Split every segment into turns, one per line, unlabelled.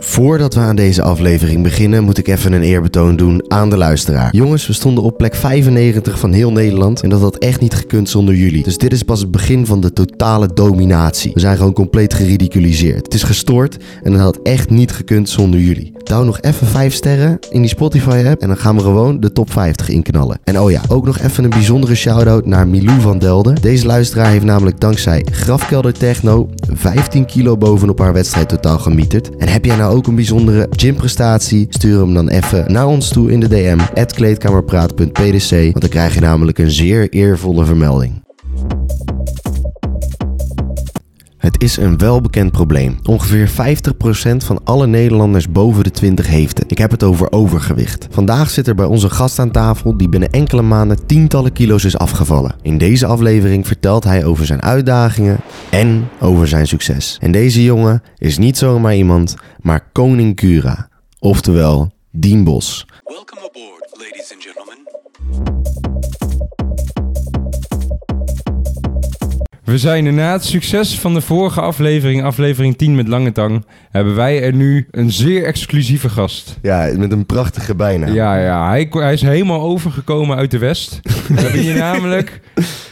Voordat we aan deze aflevering beginnen, moet ik even een eerbetoon doen aan de luisteraar. Jongens, we stonden op plek 95 van heel Nederland en dat had echt niet gekund zonder jullie. Dus dit is pas het begin van de totale dominatie. We zijn gewoon compleet geridiculiseerd. Het is gestoord en het had echt niet gekund zonder jullie. Down nog even 5 sterren in die Spotify-app en dan gaan we gewoon de top 50 inknallen. En oh ja, ook nog even een bijzondere shout-out naar Milou van Delden. Deze luisteraar heeft namelijk dankzij Grafkelder Techno 15 kilo bovenop haar wedstrijd totaal gemieterd. En heb jij nou ook een bijzondere gymprestatie? Stuur hem dan even naar ons toe in de DM. at kleedkamerpraat.pdc, want dan krijg je namelijk een zeer eervolle vermelding. Het is een welbekend probleem. Ongeveer 50% van alle Nederlanders boven de 20 heeft het. Ik heb het over overgewicht. Vandaag zit er bij onze gast aan tafel die binnen enkele maanden tientallen kilo's is afgevallen. In deze aflevering vertelt hij over zijn uitdagingen en over zijn succes. En deze jongen is niet zomaar iemand, maar koning Cura. Oftewel, Dien Bos.
Welcome aboard, ladies and gentlemen.
We zijn er na het succes van de vorige aflevering, aflevering 10 met Lange Tang, hebben wij er nu een zeer exclusieve gast.
Ja, met een prachtige bijnaam.
Ja, ja, hij, ko- hij is helemaal overgekomen uit de West. We hebben hier namelijk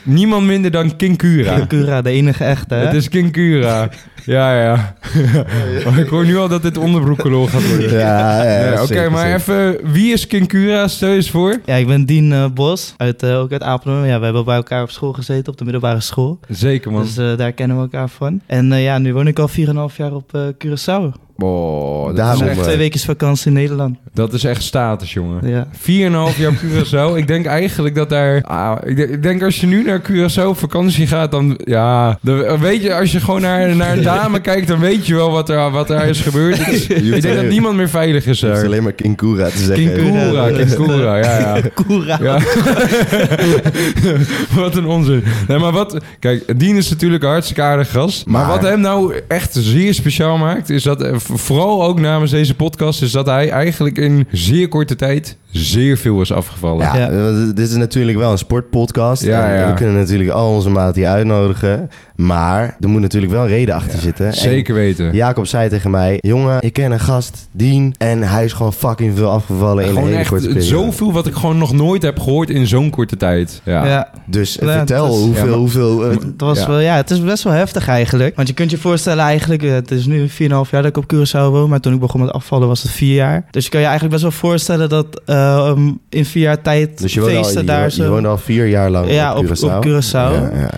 niemand minder dan King Cura.
Cura, de enige echte. hè?
Het is King Cura. Ja, ja. Maar ik hoor nu al dat dit onderbroekenlol gaat worden.
Ja, ja,
Ja, Oké,
zeker,
maar
zeker.
even, wie is King Cura? Stel je eens voor.
Ja, ik ben Dien eh, Bos, uit, eh, ook uit Apeldoorn. Ja, we hebben bij elkaar op school gezeten, op de middelbare school.
Zeker, man.
Dus eh, daar kennen we elkaar van. En eh, ja, nu woon ik al 4,5 jaar op eh Curaçao. Dus
Oh, dat, is
Daarom,
echt,
eh,
Twee weken vakantie in Nederland.
dat is echt status, jongen.
Ja.
4,5 jaar op Curaçao. ik denk eigenlijk dat daar... ah, ik, de- ik denk als je nu naar Curaçao op vakantie gaat, dan... Ja, dan weet je, als je gewoon naar, naar dame kijkt, dan weet je wel wat er, wat daar is gebeurd. Het is-
Je hoeft
ik denk dat
alleen-
niemand meer veilig is
je hoeft
daar.
alleen maar King Cura te zeggen.
Kinkura, Kinkura, ja, ja.
Cura.
Ja. wat een onzin. Nee, maar wat... Kijk, Dien is natuurlijk een hartstikke aardig gast. Maar,
Maar-
wat hem nou echt zeer speciaal maakt... is dat, eh, v- vooral ook namens deze podcast... is dat hij eigenlijk in zeer korte tijd... zeer veel is afgevallen.
Ja,
Ja.
want dit is natuurlijk wel een sportpodcast.
Ja,
En
ja.
We kunnen natuurlijk al onze maten hier uitnodigen. Maar er moet natuurlijk wel een reden achter zitten. En
Zeker weten.
Jacob zei tegen mij, jongen, ik ken een gast, Dien. En hij is gewoon fucking veel afgevallen in een
gewoon
hele
echt
korte periode.
zoveel wat ik gewoon nog nooit heb gehoord in zo'n korte tijd. Ja.
Ja.
Dus eh,
Ja,
vertel
dat is-
hoeveel,
Ja, maar-
hoeveel... eh,
Het was
Ja.
Wel, ja, het is best wel heftig eigenlijk. Want je kunt je voorstellen eigenlijk, eh, het is nu 4,5 jaar dat ik op Curaçao woon, maar toen ik begon met afvallen was het 4 jaar. Dus je kan je eigenlijk best wel voorstellen dat eh, um, in 4 jaar tijd
dus je woonde, al,
feesten
je,
daar
wo-
zo...
je woonde al vier jaar lang
Ja,
op
op-
Curaçao.
op Curaçao.
Ja, ja.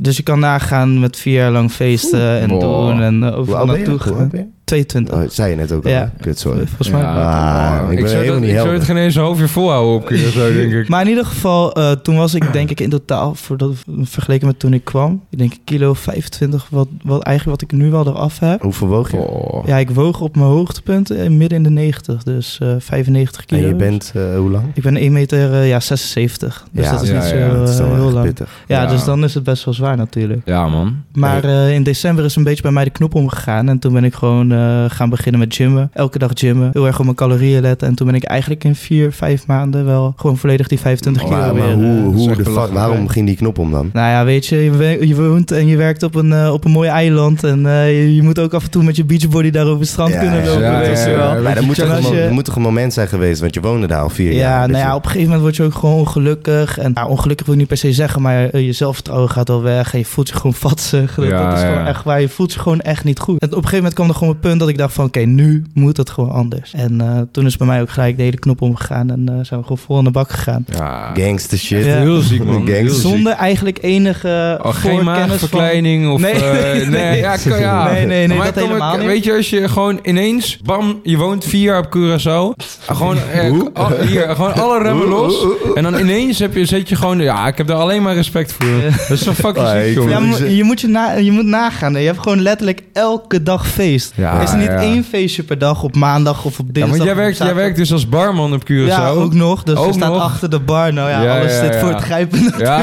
Dus je kan nagaan met vier jaar lang feesten en
Wow.
doen en eh,
Hoe
overal
oud ben je?
naartoe
Hoe oud
gaan.
ben je?
22.
Oh, zei je net ook al.
Ja.
Kut, sorry.
Volgens mij.
Ja.
Ah, ik
ik,
ben
zou
helemaal
dat,
niet
ik zou
helder.
het geen eens een half uur volhouden op Curaçao, denk ik.
Maar in ieder geval, eh, toen was ik denk ik in totaal, voor dat, vergeleken met toen ik kwam, ik denk een kilo 25, wat, wat eigenlijk wat ik nu wel eraf heb.
Hoeveel woog je?
Oh.
Ja, ik woog op mijn hoogtepunt eh, midden in de 90, dus eh, 95 kilo.
en je bent, eh, hoe lang?
Ik ben 1 meter eh, ja, 76, dus
Ja,
dat is
ja,
niet zo
ja,
eh,
dat is wel
heel
echt
lang.
pittig.
Ja,
Ja.
dus dan is het best wel zwaar natuurlijk.
Ja, man.
Maar eh, in december is een beetje bij mij de knop omgegaan. En toen ben ik gewoon eh, gaan beginnen met gymmen. Elke dag gymmen. Heel erg op mijn calorieën letten. En toen ben ik eigenlijk in vier, vijf maanden wel gewoon volledig die 25 kilo
Maar, maar
weer.
hoe,
eh,
dat is
hoe
echt
de fuck,
belachelijk,
waarom
hè?
ging die knop om dan?
nou ja, weet je, je, we- je woont en je werkt op een, eh, op een mooi eiland. En eh, je, je moet ook af en toe met je beachbody daar over het strand
Ja,
kunnen
ja,
lopen,
ja,
weet
ja,
je
ja,
wel.
ja.
Ja,
Maar er moet, toch
je-
een,
als
mo-
je-
er moet toch een moment zijn geweest, want je woonde daar al vier jaar.
nou
dat
ja,
je-
op een gegeven moment word je ook gewoon ongelukkig. En nou, ongelukkig wil ik niet per se zeggen, maar eh, je zelfvertrouwen gaat al weg. En je voelt je gewoon vatsig. Dat,
Ja,
dat is
ja.
gewoon echt waar. Je voelt je gewoon echt niet goed. En op een gegeven moment kwam er gewoon een punt dat ik dacht van... Oké, nu moet het gewoon anders. En eh, toen is bij mij ook gelijk de hele knop omgegaan. En eh, zijn we gewoon vol aan de bak gegaan.
Ja.
Gangster shit.
Ja.
Heel ziek, man.
Gangster.
Heel ziek.
Zonder eigenlijk enige
Oh, geen
voorkennis van...
maagverkleining of...
Nee,
eh,
nee,
nee, ja, kan- ja.
Nee, nee, nee,
Maar
dat
kom ik-
helemaal niet.
Weet je, als je gewoon ineens... Bam, je woont vier jaar op Curaçao. Gewoon, eh, al- hier, gewoon alle remmen los. En dan ineens heb je, zet je gewoon... Ja, ik heb daar alleen maar respect voor. Dat is zo fucking
Ah, ik
ziek,
vind-
Ja,
jongen.
maar je, moet je, na, je moet nagaan. hè. Je hebt gewoon letterlijk elke dag feest.
Ja,
is er niet
ja.
één feestje per dag op maandag of op
Ja,
dinsdag?
want jij
of op
werkt, jij
zaterdag?
werkt dus als barman op Curaçao.
Ja, ook nog. Dus
Ook
we staan
nog.
achter de bar. Nou ja,
Ja,
alles
ja,
zit
ja.
voor het grijpen.
Ja,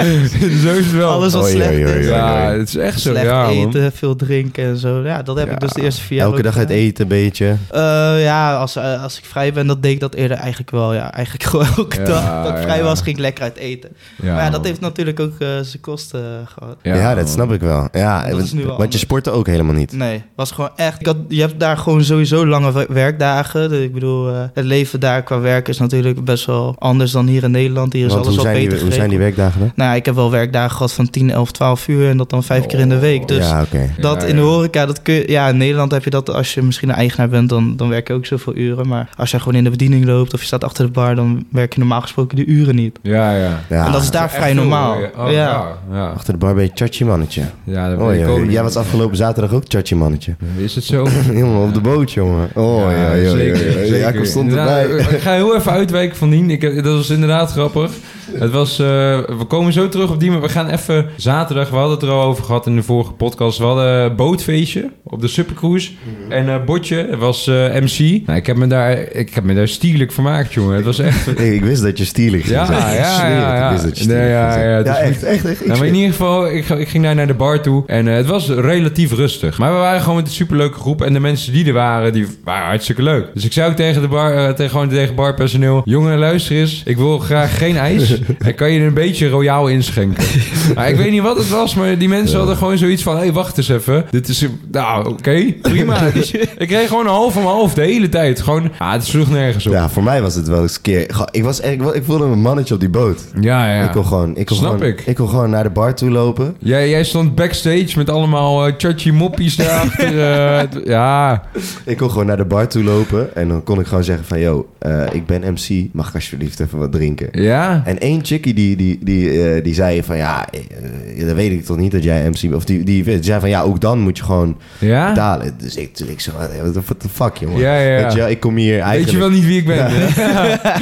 zo is het wel.
alles wat
Oei,
slecht
oei, oei, oei.
is.
ja, het is echt zo
Slecht
raar, man.
eten, veel drinken en zo. Ja, dat heb ik dus de eerste vier jaar
Elke
ook
dag uit
gedaan.
eten, beetje.
Eh, ja, als, eh, als ik vrij ben, dat deed ik dat eerder eigenlijk wel. Ja, eigenlijk gewoon elke
Ja,
dag dat ik vrij
ja.
was, ging ik lekker uit eten.
Ja,
maar ja, dat
man.
heeft natuurlijk ook eh, zijn kosten eh, gehad.
Ja, dat snap ik wel. Ja,
Dat is nu
want,
wel
want je
anders.
sportte ook helemaal niet.
Nee, was was gewoon echt... Ik had, je hebt daar gewoon sowieso lange we- werkdagen. Dus ik bedoel, eh, het leven daar qua werk is natuurlijk best wel anders dan hier in Nederland. Hier is
Want
alles
hoe
al
zijn,
beter
die, hoe zijn die
geregeld.
werkdagen dan?
Nou, ja, ik heb wel werkdagen gehad van 10, 11, 12 uur en dat dan vijf keer in de week. Dus
ja, oké.
dat
Ja,
in de
ja.
horeca, dat kun je- ja, in Nederland heb je dat als je misschien een eigenaar bent, dan, dan werk je ook zoveel uren. Maar als je gewoon in de bediening loopt of je staat achter de bar, dan werk je normaal gesproken de uren niet.
Ja, ja.
Ja.
en dat is daar
Echt
vrij
veel,
normaal.
hoor je. Oh,
ja.
ja. ja.
Achter de bar ben je tjatje mannetje.
Ja, dat
Oh,
weet ik ook
joh,
niet.
jij was afgelopen zaterdag ook tjatje mannetje.
Is het zo?
Jongen, op de boot, jongen. Oh, ja, ja, ja, ja, ja. Jacob stond
Inderdaad,
erbij.
Ik ga heel even uitwijken van Dien. Ik, heb- dat was inderdaad grappig. Het was, eh, we komen zo terug op die, maar we gaan even zaterdag. We hadden het er al over gehad in de vorige podcast. We hadden een bootfeestje op de Supercruise.
Mhm.
En eh, Botje was eh, MC. Nou, ik, heb me daar, ik heb me daar stierlijk vermaakt, jongen. Het was echt...
Hey, ik wist dat je stilig ging
Ja,
zijn.
ja,
Ik
ja,
zweer het,
ja.
Ik wist dat je
Nee,
stielig
ja,
ging zijn.
ja, het is
echt, echt, echt. ik
Nou, maar in
zweer
ieder geval, ik, ga- ik ging daar naar de bar toe. En eh, het was relatief rustig. Maar we waren gewoon met een superleuke groep. En de mensen die er waren, die waren hartstikke leuk. Dus ik zei ook tegen, de bar, eh, tegen, gewoon tegen barpersoneel... Jongen, luister eens. Ik wil graag geen ijs. en kan je er een beetje royaal inschenken? maar ik weet niet wat het was, maar die mensen hadden gewoon zoiets van... Hé, hey, wacht eens even. Dit is... Nou, oké. prima. Dus ik kreeg gewoon een half om half de hele tijd. Gewoon... Ah, het sloeg nergens op.
Ja, voor mij was het wel eens een keer. Goh, Ik, was echt, ik wa- ik voelde me een mannetje op die boot.
Ja, ja.
Ik kon gewoon, ik kon
Snap
gewoon,
ik.
kon gewoon naar de bar toe lopen.
Jij, jij stond backstage met allemaal eh chachi moppies daarachter. eh, het- ja,
Ik kon gewoon naar de bar toe lopen. En dan kon ik gewoon zeggen van, yo, eh, ik ben MC. Mag ik alsjeblieft even wat drinken?
ja.
En één chickie die, die, die, eh, die zei van, ja, eh, dat weet ik toch niet dat jij MC bent. Of die, die, die zei van, ja, ook dan moet je gewoon
Ja?
betalen. Dus ik, ik zei, what the fuck, jongen.
Ja, ja, ja.
Weet je wel, ik kom hier eigenlijk...
Weet je wel niet wie ik ben? Ja.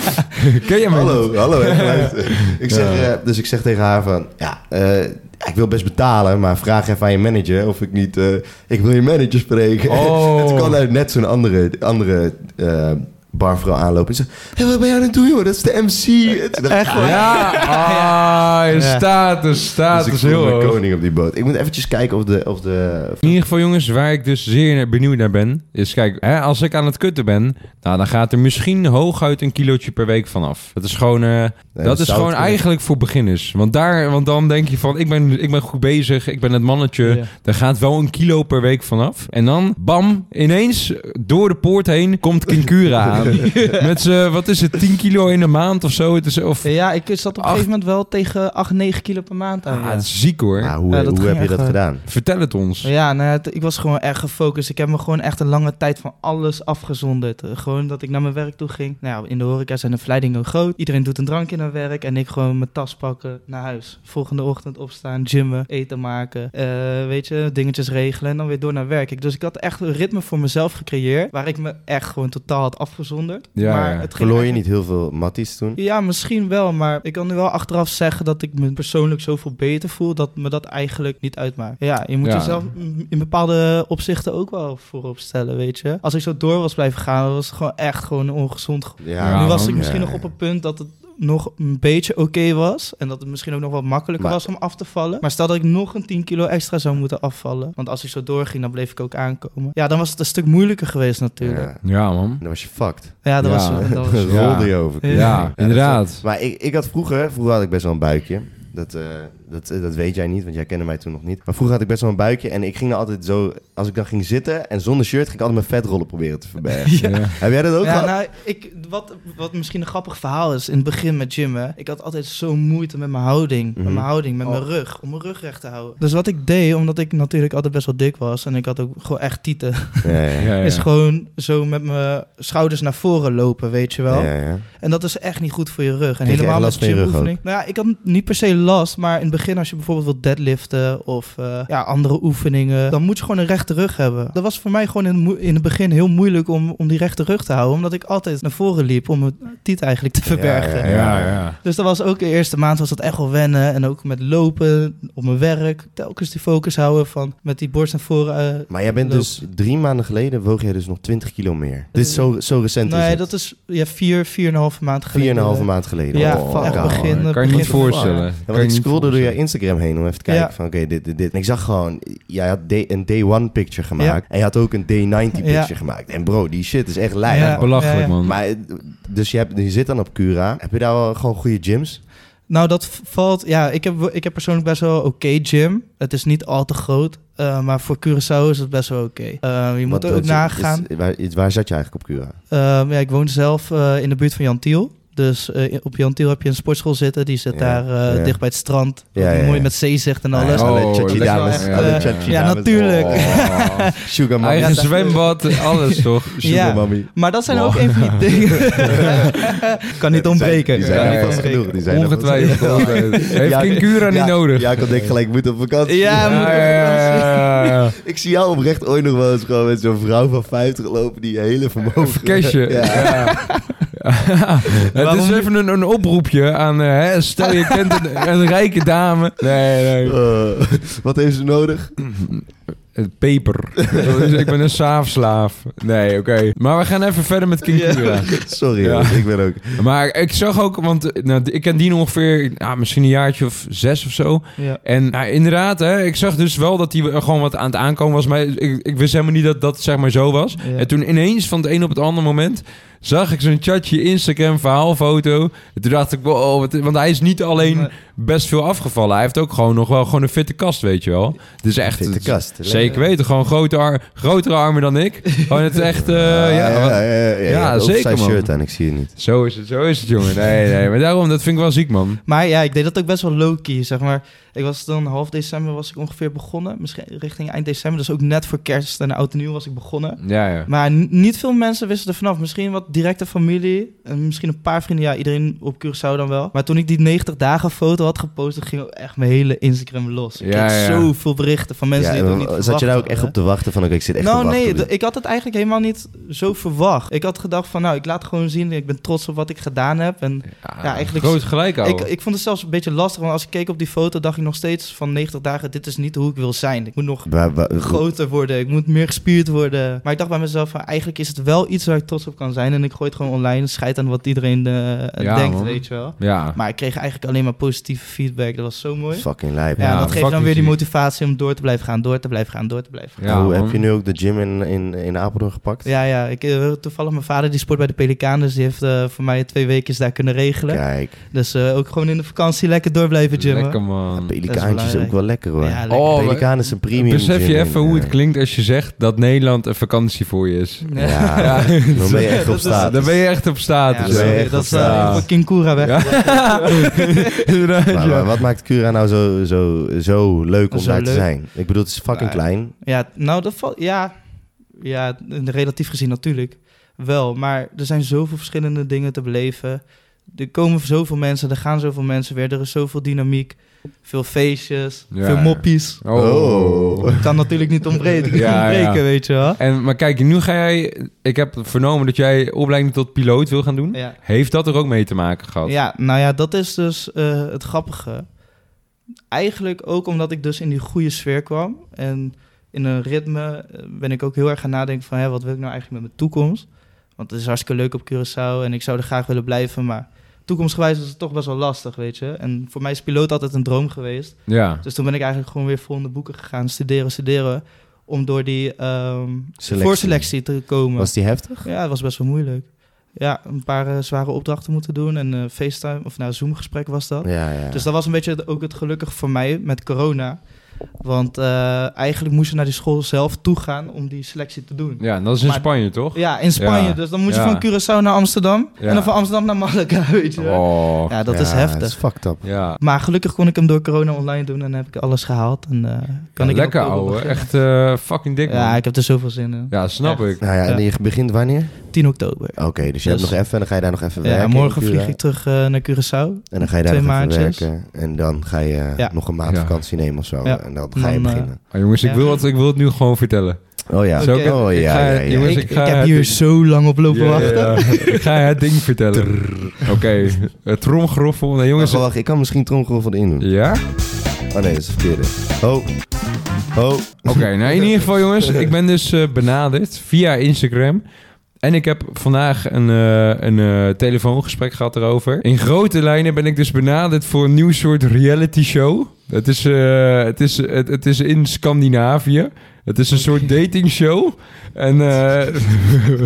Ken jij mij?
Hallo, hallo. even luisteren. ik zeg, eh, dus ik zeg tegen haar van... Ja, eh, ik wil best betalen, maar vraag even aan je manager of ik niet... eh, ik wil je manager spreken.
Oh.
en toen kwam daar net zo'n andere, andere eh, barvrouw aanlopen. En ze zegt, hey, wat ben jij aan het doen, joh? Dat is de MC. En toen dacht ik,
Echt waar?
Ja, ah, je
Ja.
status,
Dus
status
ik
heel
voel me
hoog.
koning op die boot. Ik moet eventjes kijken of de... Of de
In ieder geval jongens, waar ik dus zeer benieuwd naar ben, is kijk, hè, als ik aan het kutten ben, nou, dan gaat er misschien hooguit een kilootje per week vanaf. Dat is gewoon, eh, dat is
zout
gewoon
in.
eigenlijk voor beginners. Want, daar, want dan denk je van, ik ben, ik ben goed bezig, ik ben het mannetje,
Ja.
Er gaat wel een kilo per week vanaf. En dan, bam, ineens door de poort heen komt Kinkura aan. Met z'n, wat is het, 10 kilo in een maand of zo? Het is, of,
Ja, ik zat op een
Acht-
gegeven moment wel tegen 8, 9 kilo per maand aan.
ah,
ja.
het is ziek hoor.
Maar hoe,
Ja, dat
hoe
ging
heb je dat
echt, eh,
gedaan?
Vertel het ons.
Ja, nou, ja, het- ik was gewoon erg gefocust. Ik heb me gewoon echt een lange tijd van alles afgezonderd. Eh, Gewoon dat ik naar mijn werk toe ging. Nou, ja, in de horeca zijn de verleidingen groot. Iedereen doet een drankje naar werk. En ik gewoon mijn tas pakken naar huis. Volgende ochtend opstaan, gymmen, eten maken. eh, weet je, dingetjes regelen. En dan weer door naar werk. Ik, dus ik had echt een ritme voor mezelf gecreëerd. Waar ik me echt gewoon totaal had afgezonderd.
Ja,
maar
ja.
het ging
Verloor je
eigenlijk-
niet heel veel matties toen?
ja, misschien wel, maar ik kan nu wel achteraf zeggen dat ik me persoonlijk zoveel beter voel dat me dat eigenlijk niet uitmaakt. Ja, je moet
Ja.
jezelf m- in bepaalde opzichten ook wel voorop stellen, weet je. Als ik zo door was blijven gaan, was het gewoon echt gewoon ongezond. ge-
Ja,
nu was
man,
ik misschien
ja.
nog op een punt dat het nog een beetje oké was en dat het misschien ook nog wat makkelijker
Maar-
was om af te vallen. Maar stel dat ik nog een 10 kilo extra zou moeten afvallen, want als ik zo doorging, dan bleef ik ook aankomen. Ja, dan was het een stuk moeilijker geweest natuurlijk.
Ja.
Ja, man.
Dan was je fucked.
Ja, dat
Ja.
was... Dat was
Ja.
Rolde je over.
Ja.
Ja, inderdaad.
Maar ik, ik had vroeger, vroeger had ik best wel een buikje. Dat, eh, dat, eh, dat weet jij niet, want jij kende mij toen nog niet. Maar vroeger had ik best wel een buikje en ik ging dan altijd zo... Als ik dan ging zitten en zonder shirt, ging ik altijd mijn vetrollen proberen te verbergen.
Ja.
Heb jij dat ook
Ja,
gehad?
nou, ik, wat, wat misschien een grappig verhaal is, in het begin met gymmen, ik had altijd zo'n moeite met mijn houding, met
Mhm.
mijn houding, met mijn rug, om mijn rug recht te houden. Oh. Dus wat ik deed, omdat ik natuurlijk altijd best wel dik was en ik had ook gewoon echt tieten,
Ja, ja, ja.
Ja, ja.
is gewoon zo met mijn schouders naar voren lopen, weet je wel.
Ja, ja.
En dat is echt niet goed voor je rug. En
Kreeg je
helemaal
echt
met
last van je rug
gymoefening. Nou ja, ik had niet per se last, maar in het begin als je bijvoorbeeld wilt deadliften of eh, ja, andere oefeningen, dan moet je gewoon een rechte rug hebben. Dat was voor mij gewoon in, het moe- in het begin heel moeilijk om, om die rechte rug te houden, omdat ik altijd naar voren liep om mijn tiet eigenlijk te verbergen.
Ja,
Ja, ja.
Dus dat was ook de eerste maand was dat echt wel wennen. En ook met lopen op mijn werk. Telkens die focus houden van met die borst naar voren. eh,
Maar jij bent
Loop.
dus drie maanden geleden woog jij dus nog 20 kilo meer. Dit is zo, zo recent is
nee,
het.
dat is ja, vier, vier en een halve maand geleden.
Vier en een halve maand geleden.
Ja,
Oh,
van echt
ja,
begin.
hoor.
eh,
Kan je
begin
niet
van-
voorstellen.
Ja,
Kan je
want ik
niet
scrollde door je
voorstellen.
Instagram heen om even te kijken
Ja.
van oké, dit, dit, dit. En ik zag gewoon, jij had day, een day one picture gemaakt en je had ook een day 90
Ja.
picture gemaakt. En bro, die shit is echt lijp.
Ja.
man.
Belachelijk,
Ja, ja.
man.
Maar, eh, dus je, hebt, je zit dan op Cura. Heb je daar wel gewoon goede gyms?
Nou, dat v- valt... Ja, ik heb, ik heb persoonlijk best wel oké gym. Het is niet al te groot. eh, maar voor Curaçao is het best wel oké. Eh, je moet
Want
er ook
dat-
nagaan.
is- waar, is- waar zat je eigenlijk op Cura?
Ehm, ja, ik woon zelf eh, in de buurt van Jantiel. Dus eh, op Jantiel heb je een sportschool zitten. Die zit
Ja,
daar eh,
ja.
dicht bij het strand.
Ja, ja,
Mooi
Nou ja.
met zeezicht en alles.
ja,
alle
Oh,
Chachi
dat is wel
dames,
echt,
alle
eh,
Chachi
ja,
dames.
natuurlijk.
Oh, Sugar mommy.
Eigen
Ja, dat-
zwembad, alles toch?
Sugar
Ja.
mommy.
Maar dat zijn
Wow.
ook een van die dingen. kan niet ontbreken.
Die zijn, die zijn
Ja,
er vast
ja, ja.
genoeg. Die zijn er vast
Ongetwijfeld.
genoeg.
altijd. Heeft
Ja,
King
ik-
Cura
ja,
niet nodig.
Ja, ik had denk gelijk, moet op vakantie.
Ja, moet-
ja, ja.
Ik zie jou oprecht ooit nog wel eens gewoon met zo'n vrouw van 50 lopen die hele vermogen...
Verkesje.
Ja.
Het is even een, een oproepje aan... eh, hè, stel, je kent een, een rijke dame. Nee, nee.
Eh, wat heeft ze nodig?
Het Peper. Dus ik ben een saafslaaf. Nee, oké. Maar we gaan even verder met King Cura.
Sorry,
Ja.
jongens, ik ben ook...
Maar ik zag ook... Want eh, nou, ik ken Dino ongeveer... Nou, misschien een jaartje of zes of zo.
Ja.
En nou, inderdaad, hè, ik zag dus wel dat hij er gewoon wat aan het aankomen was. Maar ik, ik wist helemaal niet dat dat zeg maar zo was.
Ja.
En toen ineens, van het een op het andere moment, zag ik zijn chatje Instagram verhaalfoto. En toen dacht ik, wow, wat- want hij is niet alleen
Nee.
best veel afgevallen. Hij heeft ook gewoon nog wel gewoon een fitte kast, weet je wel. Dus echt,
Fitte kast.
zeker weten, gewoon grote ar- grotere armen dan ik. Gewoon het is echt, eh, ja, wat- Ja,
Ook
zeker,
zijn
man.
shirt aan, ik zie het niet.
Zo is het, zo is het, jongen. Nee, nee, maar daarom, dat vind ik wel ziek, man.
Maar ja, ik deed dat ook best wel low-key, zeg maar. Ik was dan half december was ik ongeveer begonnen. Misschien richting eind december. Dus ook net voor kerst en oud en nieuw was ik begonnen.
Ja, ja.
Maar n- niet veel mensen wisten er vanaf. Misschien wat directe familie. En misschien een paar vrienden. Ja, iedereen op Curaçao dan wel. Maar toen ik die 90 dagen foto had gepost... dan ging ook echt mijn hele Instagram los. Ik
Ja,
kreeg
ja.
zoveel berichten van mensen
Ja,
die het ook niet
zat je daar ook
verwacht
echt op
hadden.
te wachten van, oké, ik zit echt te
Nou
wachten
nee,
op dit.
d- ik had het eigenlijk helemaal niet zo verwacht. Ik had gedacht van nou, ik laat gewoon zien. Ik ben trots op wat ik gedaan heb. En ja, eigenlijk-
Groot gelijk, ouwe.
ik, ik vond het zelfs een beetje lastig. Want als ik keek op die foto, dacht ik nog steeds van 90 dagen... dit is niet hoe ik wil zijn. Ik moet nog
Waar- waar-
groter worden, ik moet meer gespierd worden. Maar ik dacht bij mezelf, van, eigenlijk is het wel iets waar ik trots op kan zijn. En ik gooi het gewoon online, scheid aan wat iedereen eh,
Ja,
denkt,
man.
weet je wel.
Ja.
Maar ik kreeg eigenlijk alleen maar positieve feedback, dat was zo mooi.
Fucking lijp.
Ja,
man.
Ja,
dat geeft dan
fucking
weer die
ziek.
motivatie om door te blijven gaan, door te blijven gaan, door te blijven gaan.
Ja,
Hoe Nou, heb
man.
je nu ook de gym in, in, in Apeldoorn gepakt?
Ja, ja. Ik, eh, toevallig mijn vader die sport bij de Pelikaan, dus die heeft eh, voor mij twee weken daar kunnen regelen.
Kijk,
Dus eh, ook gewoon in de vakantie lekker door blijven gymmen.
Lekker, man.
pelikaantje is, ook
belangrijk.
wel lekker hoor.
Ja, lekker.
Oh,
Pelikaan is een premium
Besef je
gym
even
in,
hoe
eh,
het klinkt als je zegt dat Nederland een vakantie voor je is.
Ja.
Ja,
Ja.
dan ben je echt op
Dat is-
staat.
Daar ben je echt op
Ja,
status.
zo.
hè?
sorry,
echt
dat is
op
eh,
straat.
voor Kinkura weg.
Ja. Inderdaad,
Maar,
ja.
maar wat maakt Cura nou zo, zo, zo leuk om
Zo
daar te
leuk.
zijn? Ik bedoel, het is fucking
Nou,
klein.
Ja, nou, dat valt. Ja, ja, relatief gezien natuurlijk wel. Maar er zijn zoveel verschillende dingen te beleven. Er komen zoveel mensen, er gaan zoveel mensen weer. Er is zoveel dynamiek, veel feestjes,
Ja,
veel
ja.
moppies.
Oh.
Kan natuurlijk niet ontbreken,
Ja,
ontbreken
ja.
weet je wel.
En, maar kijk, nu ga jij... Ik heb vernomen dat jij opleiding tot piloot wil gaan doen.
Ja.
Heeft dat er ook mee te maken gehad?
ja, nou ja, dat is dus eh, het grappige. Eigenlijk ook omdat ik dus in die goede sfeer kwam. En in een ritme eh, ben ik ook heel erg gaan nadenken van... Hè, wat wil ik nou eigenlijk met mijn toekomst? Want het is hartstikke leuk op Curaçao en ik zou er graag willen blijven. Maar toekomstgewijs is het toch best wel lastig, weet je. En voor mij is piloot altijd een droom geweest.
Ja.
Dus toen ben ik eigenlijk gewoon weer vol in de boeken gegaan. Studeren, studeren. Om door die ehm,
Selectie.
voorselectie te komen.
Was die heftig?
Ja, het was best wel moeilijk. Ja, een paar eh, zware opdrachten moeten doen en eh FaceTime of nou, Zoom-gesprek was dat.
Ja, ja.
Dus dat was een beetje het- ook het gelukkige voor mij met corona. Want eh, eigenlijk moest je naar die school zelf toe gaan om die selectie te doen.
Ja, en dat is in
Maar-
Spanje, toch?
Ja, in Spanje.
Ja.
Dus dan moest je
Ja.
van Curaçao naar Amsterdam
Ja.
en dan van Amsterdam naar Malaga, weet je. wel.
Oh.
Ja, dat
Ja,
is
Dat
heftig.
is fucked up.
Ja.
Maar gelukkig kon ik hem door corona online doen en heb ik alles gehaald. En, eh, kan ik in
Lekker,
oktober
ouwe.
beginnen.
Echt eh, fucking dik,
Ja,
man.
ik heb er zoveel zin in.
Ja, snap
Echt.
ik.
Nou ja, en je begint wanneer?
10 oktober.
Oké, dus je hebt
Dus-
nog even en dan ga je daar nog even
Ja,
werken. in
morgen
Cura.
vlieg ik terug eh, naar Curaçao.
En dan ga je daar
Twee
nog even
maandjes.
werken. En dan ga je
Ja.
nog een maand
Ja.
vakantie nemen of zo.
Ja.
En dan ga je
Dan, eh,
beginnen.
Ah, jongens, ik
Ja.
wil, het, ik wil het nu gewoon vertellen.
Oh ja.
Zo kan-
Oh
ik ga-
ja, ja, ja.
jongens, Dus ik
ik, ik,
ga
heb
het
hier
doen.
zo lang op lopen
Ja,
wachten.
ja, ja. Ik ga het ding vertellen. Oké, eh, tromgeroffel. Nee, jongens.
Wacht, wacht, ik kan misschien tromgeroffel erin doen.
Ja?
Oh nee, dat is verkeerde. Oh. Oh.
Oké, nou in ieder geval jongens, ik ben dus eh, benaderd via Instagram. En ik heb vandaag een, eh, een eh, telefoongesprek gehad erover. In grote lijnen ben ik dus benaderd voor een nieuw soort reality show. Het is, eh, het is, het, het is in Scandinavië. Het is een soort dating show. En eh,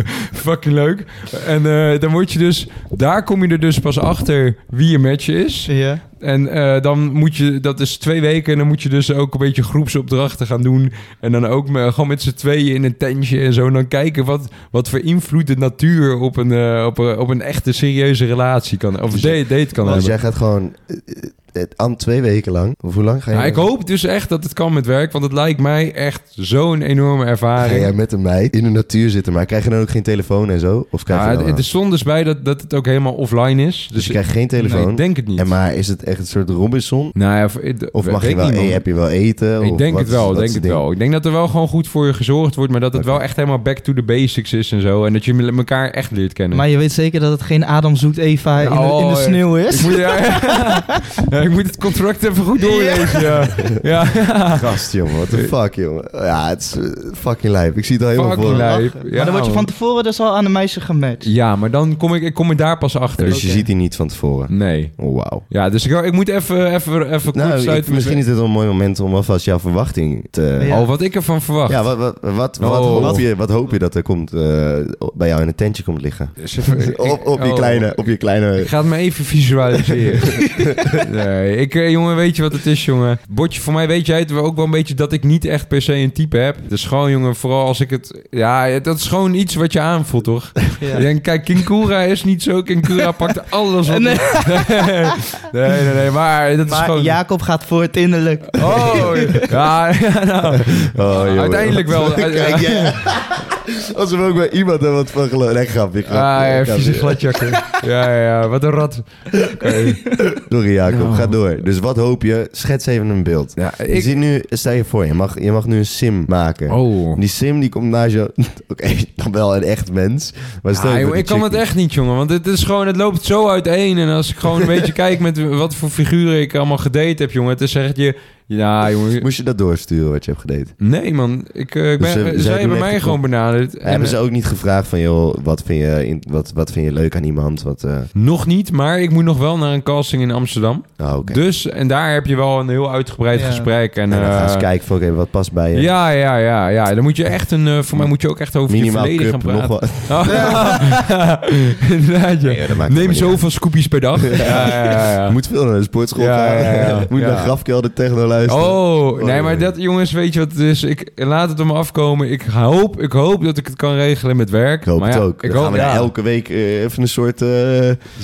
fucking leuk. En eh, dan word je dus, daar kom je er dus pas achter wie je match is.
Ja.
En eh, dan moet je, dat is twee weken, en dan moet je dus ook een beetje groepsopdrachten gaan doen. En dan ook me, gewoon met z'n tweeën in een tentje en zo. En dan kijken wat, wat voor invloed de natuur op een, eh, op een, op een echte serieuze relatie kan Of
Dus
date, date kan
Dus
hebben.
jij gaat gewoon eh, eh, eh, aan twee weken lang. Of hoe lang ga je?
Nou, ik hoop dus echt dat het kan met werk, want het lijkt mij echt zo'n enorme
Ga
ervaring.
jij met een meid in de natuur zitten, maar krijg je dan ook geen telefoon en zo? Of krijg
Ja,
je dan
het-
wel?
er stond dus bij dat, dat het ook helemaal offline is.
Dus
Dus
je krijgt geen telefoon.
Nee, ik denk het niet.
en maar is het echt een soort Robinson?
nou ja, v- ik-
Of mag
weet
je wel,
niet, man.
eh, heb je wel eten?
Ik
Of
denk
wat
het
is-
wel,
wat
denk
is
het
het ding?
wel. Ik denk dat er wel gewoon goed voor je gezorgd wordt, maar dat het wel echt helemaal back to the basics is en zo. En dat je met elkaar echt leert kennen.
Maar je weet zeker dat het geen Adam zoekt Eva in, de, in
Oh,
de
eh,
sneeuw is?
ik, moet, ja, Ja, ik moet het contract even goed doorlezen. Ja. Ja.
Gast, jongen. What the fuck, jongen. Ja, het is eh, fucking lijp. Ik zie het al helemaal
Fucking
voor. me.
lijp.
Lachen.
Ja,
maar dan word je
man.
van tevoren dus al aan een meisje gematcht.
Ja, maar dan kom ik, ik kom er daar pas achter.
Dus je
Oké.
ziet die niet van tevoren.
Nee.
Oh, Wauw.
Ja, dus ik, ik moet even, even, even kort
Nou, ik-
sluiten.
misschien is dit wel een mooi moment om alvast jouw verwachting te...
Ja.
Oh, wat ik ervan verwacht.
Ja, wat, wat, wat, wat
Oh.
hoop je, wat hoop je dat er komt, eh, bij jou in een tentje komt liggen?
Is even-
Op, op je
oh.
kleine... Op je kleine...
Ik ga het me even visualiseren. nee, ik, eh, jongen, weet je wat het is, jongen? Botje, voor mij weet jij het wel ook wel een beetje dat ik niet echt per se een type heb. Dus gewoon, jongen, vooral als ik het... Ja, het- dat is gewoon iets wat je aanvoelt, toch?
Ja.
Ik denk, kijk, Kinkura is niet zo. Kinkura pakt alles wat...
Nee.
Nee, nee, nee, nee, maar dat is
Maar
gewoon...
Jacob gaat voor het innerlijk.
Oh, ja, ja, nou.
Oh, jongen.
Uiteindelijk wel.
Kijk, ja. Als we ook bij iemand er wat van geloven. Nee, grapje, grapje.
Ah, ja,
Grapje.
vieze gladjakker. Ja, ja, ja, wat een rat. Oké.
Sorry Jacob,
Nou.
ga door. Dus wat hoop je? Schets even een beeld.
Ja,
Je
ik...
ziet nu, stel je voor, je mag, je mag nu een sim maken.
Oh.
Die sim die komt naast jou. Oké, dan wel een echt mens. Maar stel
Ja,
je voor die
joh, ik kan
chick
het
die-
echt niet, jongen. Want het, is gewoon, het loopt zo uiteen. En als ik gewoon een beetje kijk met wat voor figuren ik allemaal gedate heb, jongen. Het is echt je... Ja, jongen.
Moest je dat doorsturen wat je hebt gedate?
Nee, man. Ik, eh, ik
Dus
ben,
ze- zij doen
zij hebben
echt
mij
een
gewoon benaderd. En,
Hebben ze ook niet gevraagd van, joh, wat vind je, in- wat, wat vind je leuk aan iemand? Wat, eh,
eh, Nog niet, maar ik moet nog wel naar een casting in Amsterdam.
nou, oké.
Dus, en daar heb je wel een heel uitgebreid
Ja.
gesprek. En,
En dan gaan
eh,
ze kijken van, oké, wat past bij je?
ja, ja, ja, ja. Dan moet je echt een... eh, voor mij moet je ook echt over
Minimaal
je verleden
cup, nog
gaan praten.
wat.
Oh, Inderdaad, ja.
Nee, dat maakt
Neem
helemaal niet
zoveel scoopjes per dag. Ja, ja, ja, ja.
uit. Moet veel naar de sportschool
Ja,
gaan.
ja, ja.
Moet
Ja.
naar Grafkel de techno luisteren.
Oh, nee, maar
nee.
dat, jongens, weet je wat het is? Ik laat het om me afkomen. Ik hoop, ik hoop dat ik het kan regelen met werk.
Ik hoop
maar
het
ja,
ook. Dan
Ik hoop
gaan we daar
ja,
elke week eh, even een soort... eh,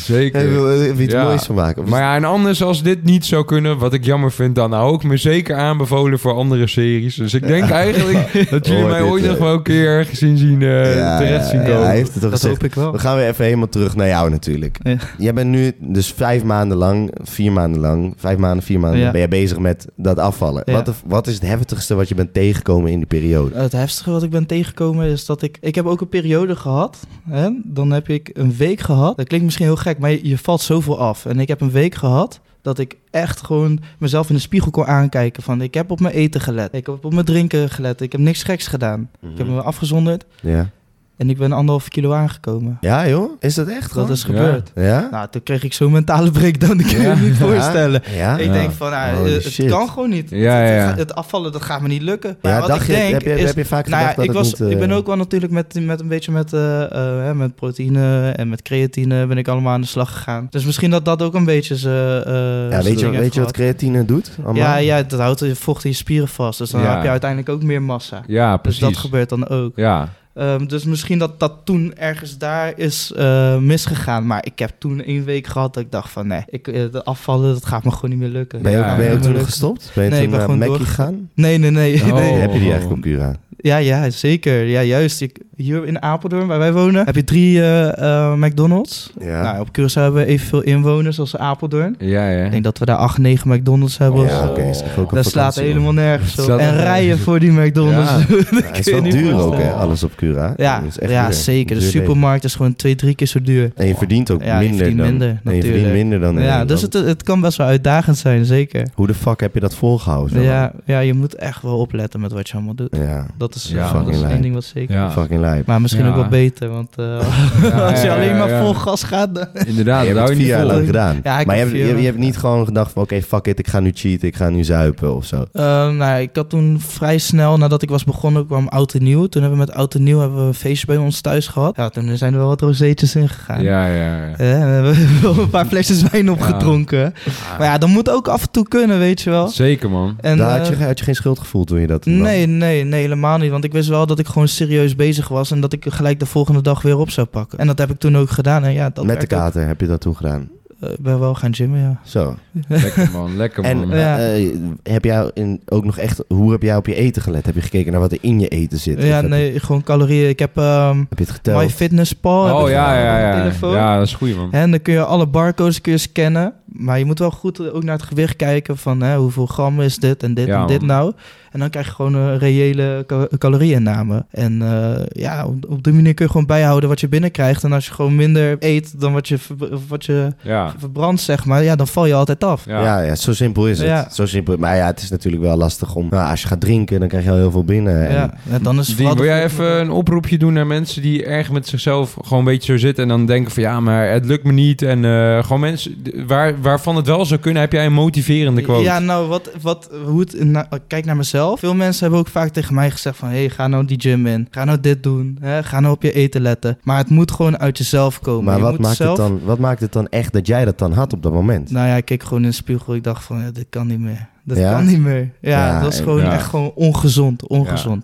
Zeker.
Even, even iets
Ja.
moois van maken. Of-
Maar ja, en anders als dit niet zou kunnen, wat ik jammer vind, dan hou ik me zeker aanbevolen voor andere series. Dus ik denk eigenlijk dat jullie
Hoor
mij
dit,
ooit
eh.
nog wel een keer ergens in zien eh,
Ja,
terecht zien
ja,
komen.
hij heeft het al
Dat
gezegd.
hoop ik wel.
We gaan weer even helemaal terug naar jou natuurlijk.
Oh. Ja.
Jij bent nu dus vijf maanden lang, vier maanden lang, vijf maanden, vier maanden
Ja.
lang ben je bezig met dat afvallen.
Ja.
Wat, de- wat is het heftigste wat je bent tegengekomen in die periode?
Het heftige wat ik ben tegengekomen is dat ik... Ik heb ook een periode gehad. Hè? Dan heb ik een week gehad. Dat klinkt misschien heel gek, maar je, je valt zoveel af. En ik heb een week gehad dat ik echt gewoon mezelf in de spiegel kon aankijken. Van ik heb op mijn eten gelet. Ik heb op mijn drinken gelet. Ik heb niks geks gedaan. Ik
Mm.
heb me afgezonderd.
Ja.
En ik ben anderhalf kilo aangekomen.
ja joh, is dat echt
Dat
gewoon?
is gebeurd.
Ja?
Nou, toen kreeg ik zo'n mentale breakdown. Ik kan je je niet voorstellen.
Ja?
Ik
Ja.
denk van, nou,
Holy
het
shit.
kan gewoon niet.
Ja,
Het- het-
ja.
Het, afvallen, dat gaat me niet lukken. Maar
Ja,
wat
dacht
ik
je,
denk
heb, je,
is...
heb je vaak
nou ja,
gedacht dat
ik,
het
was,
niet, eh,
ik ben ook wel natuurlijk met, met een beetje met, eh, eh, hè, met proteïne en met creatine ben ik allemaal aan de slag gegaan. Dus misschien dat dat ook een beetje ze eh,
Ja,
zijn
weet je,
ding heeft
weet je wat
gehad.
creatine doet? allemaal?
Ja, ja, dat houdt je vocht in je spieren vast. Dus dan
Ja.
heb je uiteindelijk ook meer massa.
Ja,
Dus
precies.
dat gebeurt dan ook.
Ja.
Ehm, dus misschien dat dat toen ergens daar is eh, misgegaan. Maar ik heb toen één week gehad dat ik dacht van nee, ik, eh, dat afvallen dat gaat me gewoon niet meer lukken.
Ben je ook,
Ja,
ben je
ja.
ook toen
Leuk.
gestopt? Ben je
Nee, ik
toen
ben
naar
gewoon
Mackie
doorgegaan.
gegaan?
Nee, nee, nee.
Oh.
nee.
Heb je die eigenlijk op Cura?
Ja, ja, zeker. Ja, juist. Ik, hier in Apeldoorn, waar wij wonen, heb je drie eh, eh, McDonald's.
Ja.
Nou, op Curaçao hebben we evenveel inwoners als Apeldoorn.
Ja, ja.
Ik denk dat we daar acht, negen McDonald's hebben. of
Ja,
zo.
oké, is echt ook een
Dat slaat
vakantie, hoor.
helemaal nergens
Dat
op.
slaat
En
echt
rijden
nergens op.
voor die McDonald's.
Ja, het is wel
kun je niet
duur ook, hè,
voorstellen.
alles op Cura.
Ja,
Dat is echt
ja
duur.
zeker. De
Duur leven.
supermarkt is gewoon twee, drie keer zo duur.
En je verdient ook
Ja, je
minder,
verdient
dan,
minder,
En je verdient
natuurlijk.
minder dan. in
Ja, dus
Nederland.
het, het kan best wel uitdagend zijn, zeker.
Hoe de fuck heb je dat volgehouden? zo lang?
Ja, ja, je moet echt wel opletten met wat je allemaal doet.
ja.
Dat
Dat is
Ja,
dat
fucking
is één
lijp.
ding wat zeker.
Ja.
Fucking lijp.
Maar misschien
Ja.
ook wel beter, want eh,
Ja,
als je
ja,
alleen
ja,
maar
ja.
vol gas gaat... dan-
Inderdaad,
je hebt
dat
het
hou je
vier
niet
jaar
vol.
lang gedaan.
Ja, ik
maar je
heb
hebt,
vier
je, je
jaar
hebt niet gewoon gedacht van... Oké, fuck it, ik ga nu cheaten. Ik ga nu zuipen of zo.
Ehm, nou, ja, ik had toen vrij snel, nadat ik was begonnen, kwam Oud en Nieuw. Toen hebben we met Oud en Nieuw hebben we een feestje bij ons thuis gehad. Ja, toen zijn er wel wat rozeetjes ingegaan.
Ja, ja, ja.
Eh, we hebben wel een paar flesjes wijn opgedronken.
Ah.
Maar ja, dat moet ook af en toe kunnen, weet je wel.
Zeker, man.
En,
Daar had
eh,
je, had je geen schuldgevoel toen je dat... nam?
Nee, nee, nee, helemaal niet. Want ik wist wel dat ik gewoon serieus bezig was en dat ik gelijk de volgende dag weer op zou pakken. En dat heb ik toen ook gedaan. En ja,
Met
dat
de
werkt ook.
kater heb je dat toen gedaan.
Eh, Ik ben wel gaan gymmen, ja.
Zo.
Lekker, man. Lekker,
En
man.
Ja.
eh, eh, heb jij in, ook nog echt... Hoe heb jij op je eten gelet? Heb je gekeken naar wat er in je eten zit? Of
Ja,
heb Je,
nee, gewoon calorieën. Ik heb ehm
heb je het geteld?
MyFitnessPal. heb
oh,
ik
ja, ja,
op
ja.
mijn telefoon.
Ja, dat is goed, man.
En dan kun je alle barcodes kun je scannen. Maar je moet wel goed eh, ook naar het gewicht kijken van hè, hoeveel gram is dit en dit
Ja,
en dit
man.
nou. En dan krijg je gewoon een reële cal- calorieinname. En eh, ja, op, op die manier kun je gewoon bijhouden wat je binnenkrijgt. En als je gewoon minder eet dan wat je, ver- of wat je
Ja.
verbrandt, zeg maar, ja, dan val je altijd af.
Ja.
Ja, ja, zo simpel is het.
Ja.
Zo simpel. Maar ja, het is natuurlijk wel lastig om... Nou, als je gaat drinken, dan krijg je al heel veel binnen. En
Ja, en dan is het
Dien,
vooral
wil jij
de-
even een oproepje doen naar mensen die erg met zichzelf gewoon een beetje zo zitten en dan denken van ja, maar het lukt me niet. En eh, gewoon mensen d- waar, waarvan het wel zou kunnen, heb jij een motiverende quote?
Ja, nou, wat, wat, hoe het, nou, kijk naar mezelf. Veel mensen hebben ook vaak tegen mij gezegd van... hey, ga nou die gym in. Ga nou dit doen. Hè? Ga nou op je eten letten. Maar het moet gewoon uit jezelf komen.
Maar
Je
wat
moet
maakt,
zelf-
het dan, wat maakt het dan echt dat jij dat dan had op dat moment?
Nou ja, ik keek gewoon in de spiegel. Ik dacht van, ja, dit kan niet meer. Dat
Ja?
kan niet meer. Ja,
Ja,
dat is gewoon
ja.
echt gewoon ongezond. Ongezond.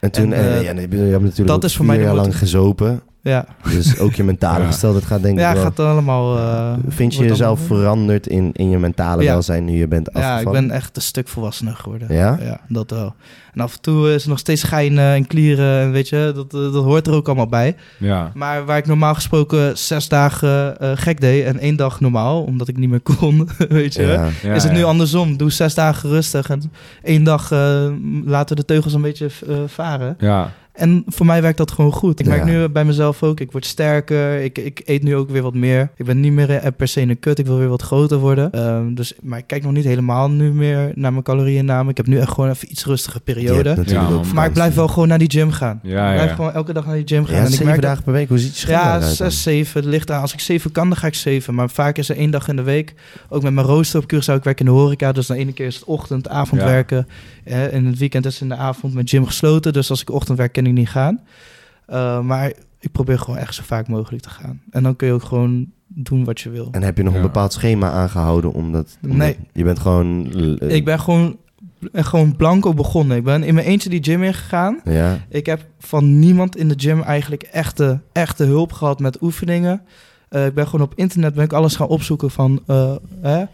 en toen,
en,
eh,
eh,
ja, nee, ik bedoel, je hebt natuurlijk
dat
ook
is voor
vier
mij de
jaar lang
motiv-
gezopen.
Ja,
Dus ook je mentale
Ja.
gesteldheid gaat denk ik
ja,
wel-
gaat allemaal... eh,
Vind je
wordt
jezelf
allemaal-
veranderd in, in je mentale
Ja.
welzijn nu je bent
Ja,
afgevallen?
ik ben echt een stuk volwassener geworden.
Ja?
dat wel. En af en toe is er nog steeds schijnen en klieren. En weet je, dat, eh, dat hoort er ook allemaal bij.
Ja.
Maar waar ik normaal gesproken zes dagen eh, gek deed en één dag normaal, omdat ik niet meer kon, weet je.
Ja.
Ja,
is het nu
ja.
andersom? Doe zes dagen rustig en één dag eh, laten de teugels een beetje eh, varen.
Ja.
En voor mij werkt dat gewoon goed. Ik merk
Ja.
nu bij mezelf ook, ik word sterker, ik, ik eet nu ook weer wat meer. Ik ben niet meer eh, per se een kut, ik wil weer wat groter worden. Ehm, dus, maar ik kijk nog niet helemaal nu meer naar mijn calorieënname. Ik heb nu echt gewoon even iets rustige
Je hebt
periode.
natuurlijk
Ja,
ook
man.
maar ik blijf wel gewoon naar die gym gaan.
Ja,
ik
ja.
blijf gewoon elke dag naar die gym gaan.
Ja,
en ik
zeven
merk dat-
dagen per week. Hoe ziet je schema
ja,
eruit dan?
zes, zeven. Het ligt eraan. Als ik zeven kan, dan ga ik zeven. Maar vaak is er één dag in de week. Ook met mijn rooster op Curaçao. Ik werk in de horeca. Dus de ene keer is het ochtend, avond
Ja.
werken. Eh, in het weekend is het in de avond mijn gym gesloten. Dus als ik ochtend werk, kan ik niet gaan. Eh, maar ik probeer gewoon echt zo vaak mogelijk te gaan. En dan kun je ook gewoon doen wat je wil.
En heb je nog een
Ja.
bepaald schema aangehouden omdat... omdat
Nee.
Je bent gewoon... eh,
Ik ben gewoon, eh, gewoon blanco begonnen. Ik ben in mijn eentje die gym ingegaan.
Ja,
Ik heb van niemand in de gym eigenlijk echte, echte hulp gehad met oefeningen. Eh, ik ben gewoon op internet ben ik alles gaan opzoeken van eh, hè,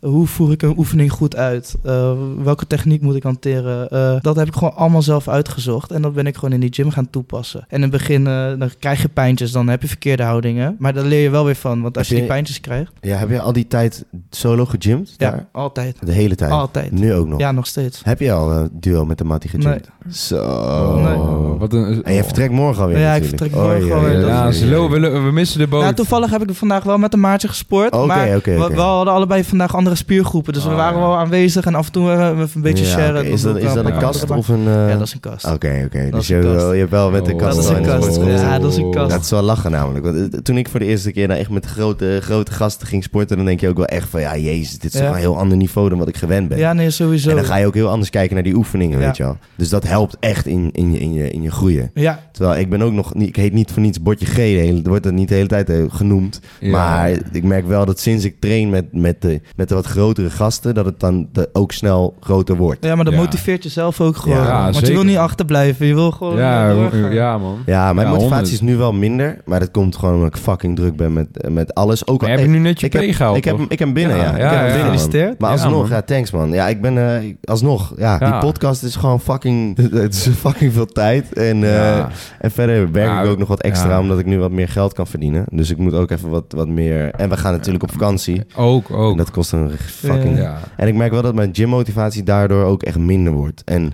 hoe voer ik een oefening goed uit? Eh, welke techniek moet ik hanteren? Eh, dat heb ik gewoon allemaal zelf uitgezocht. En dat ben ik gewoon in die gym gaan toepassen. En in het begin eh, dan krijg je pijntjes, dan heb je verkeerde houdingen. Maar daar leer je wel weer van. Want als je
Heb
die
je-
pijntjes krijgt,
Ja, heb je al die tijd solo gegymd?
ja,
daar?
altijd.
De hele tijd?
Altijd.
Nu ook nog?
Ja, nog steeds.
Heb je al een duel met de Mattie gegymd? Zo.
Oh, wat een...
En je vertrekt morgen alweer
Ja, ik
natuurlijk. Oh,
vertrek morgen
Oei,
Ja,
alweer.
oei,
dat
ja,
oei,
ze
oei.
lo- we, lo- we missen de boot.
Nou, toevallig heb ik er vandaag wel met een maatje gesport.
Oké,
maar
oké,
we-
oké.
we hadden allebei vandaag andere spiergroepen. Dus we
Oh,
waren
ja.
wel aanwezig. En af en toe eh, even een beetje
Ja,
sharen.
oké. Is
doen
dat,
we
is dat
ook wel
een
apart.
kast of een... eh,
Ja, dat is een kast.
Oké, oké.
Dat
Dus
is
je
een
hebt
kast.
wel- je hebt wel met een
Oh.
kast.
Dat is een
wel
kast.
ingesport.
Ja, dat is een kast.
Dat is wel lachen namelijk. Want eh, toen ik voor de eerste keer nou echt met grote, grote gasten ging sporten... dan denk je ook wel echt van... Ja, jezus, dit is
Ja.
toch een heel ander niveau dan wat ik gewend ben.
Ja, nee, sowieso.
En dan ga je ook heel anders kijken naar die oefeningen,
Ja.
weet je wel. Dus dat helpt echt in, in, je, in, je, in je groeien.
Ja,
Terwijl ik ben ook nog niet, ik heet niet voor niets Bordje G, de hele, wordt dat niet de hele tijd eh, genoemd.
Ja.
Maar ik merk wel dat sinds ik train met, met, de, met de wat grotere gasten, dat het dan de- ook snel groter wordt.
ja, maar dat
Ja.
motiveert jezelf ook gewoon.
Ja,
Want je
zeker.
wil niet achterblijven. Je wil gewoon
ja,
eh,
ja,
doorgaan.
ja, man.
Ja, mijn
Ja,
motivatie
honderd.
is nu wel minder, maar dat komt gewoon omdat ik fucking druk ben met, eh, met alles. Ook al-
Maar heb
hey,
je nu net je
ik heb-
play gehaald,
ik heb, hem-
toch?
ik heb hem binnen, ja.
Ja,
Ik
ja,
heb hem
ja.
binnen, man.
Gefeliciteerd.
Maar
Ja,
alsnog,
man.
ja, thanks man. Ja, ik ben, eh, ik- alsnog, ja,
Ja.
die podcast is gewoon fucking, het is fucking veel tijd. En, eh,
Ja.
En verder werk
Nou,
ik ook nog wat extra,
ja.
omdat ik nu wat meer geld kan verdienen. Dus ik moet ook even wat, wat meer... En we gaan natuurlijk op vakantie.
Ook,
En
ook.
dat kost een fucking...
Ja.
ja.
En ik merk wel dat mijn gymmotivatie daardoor ook echt minder wordt. En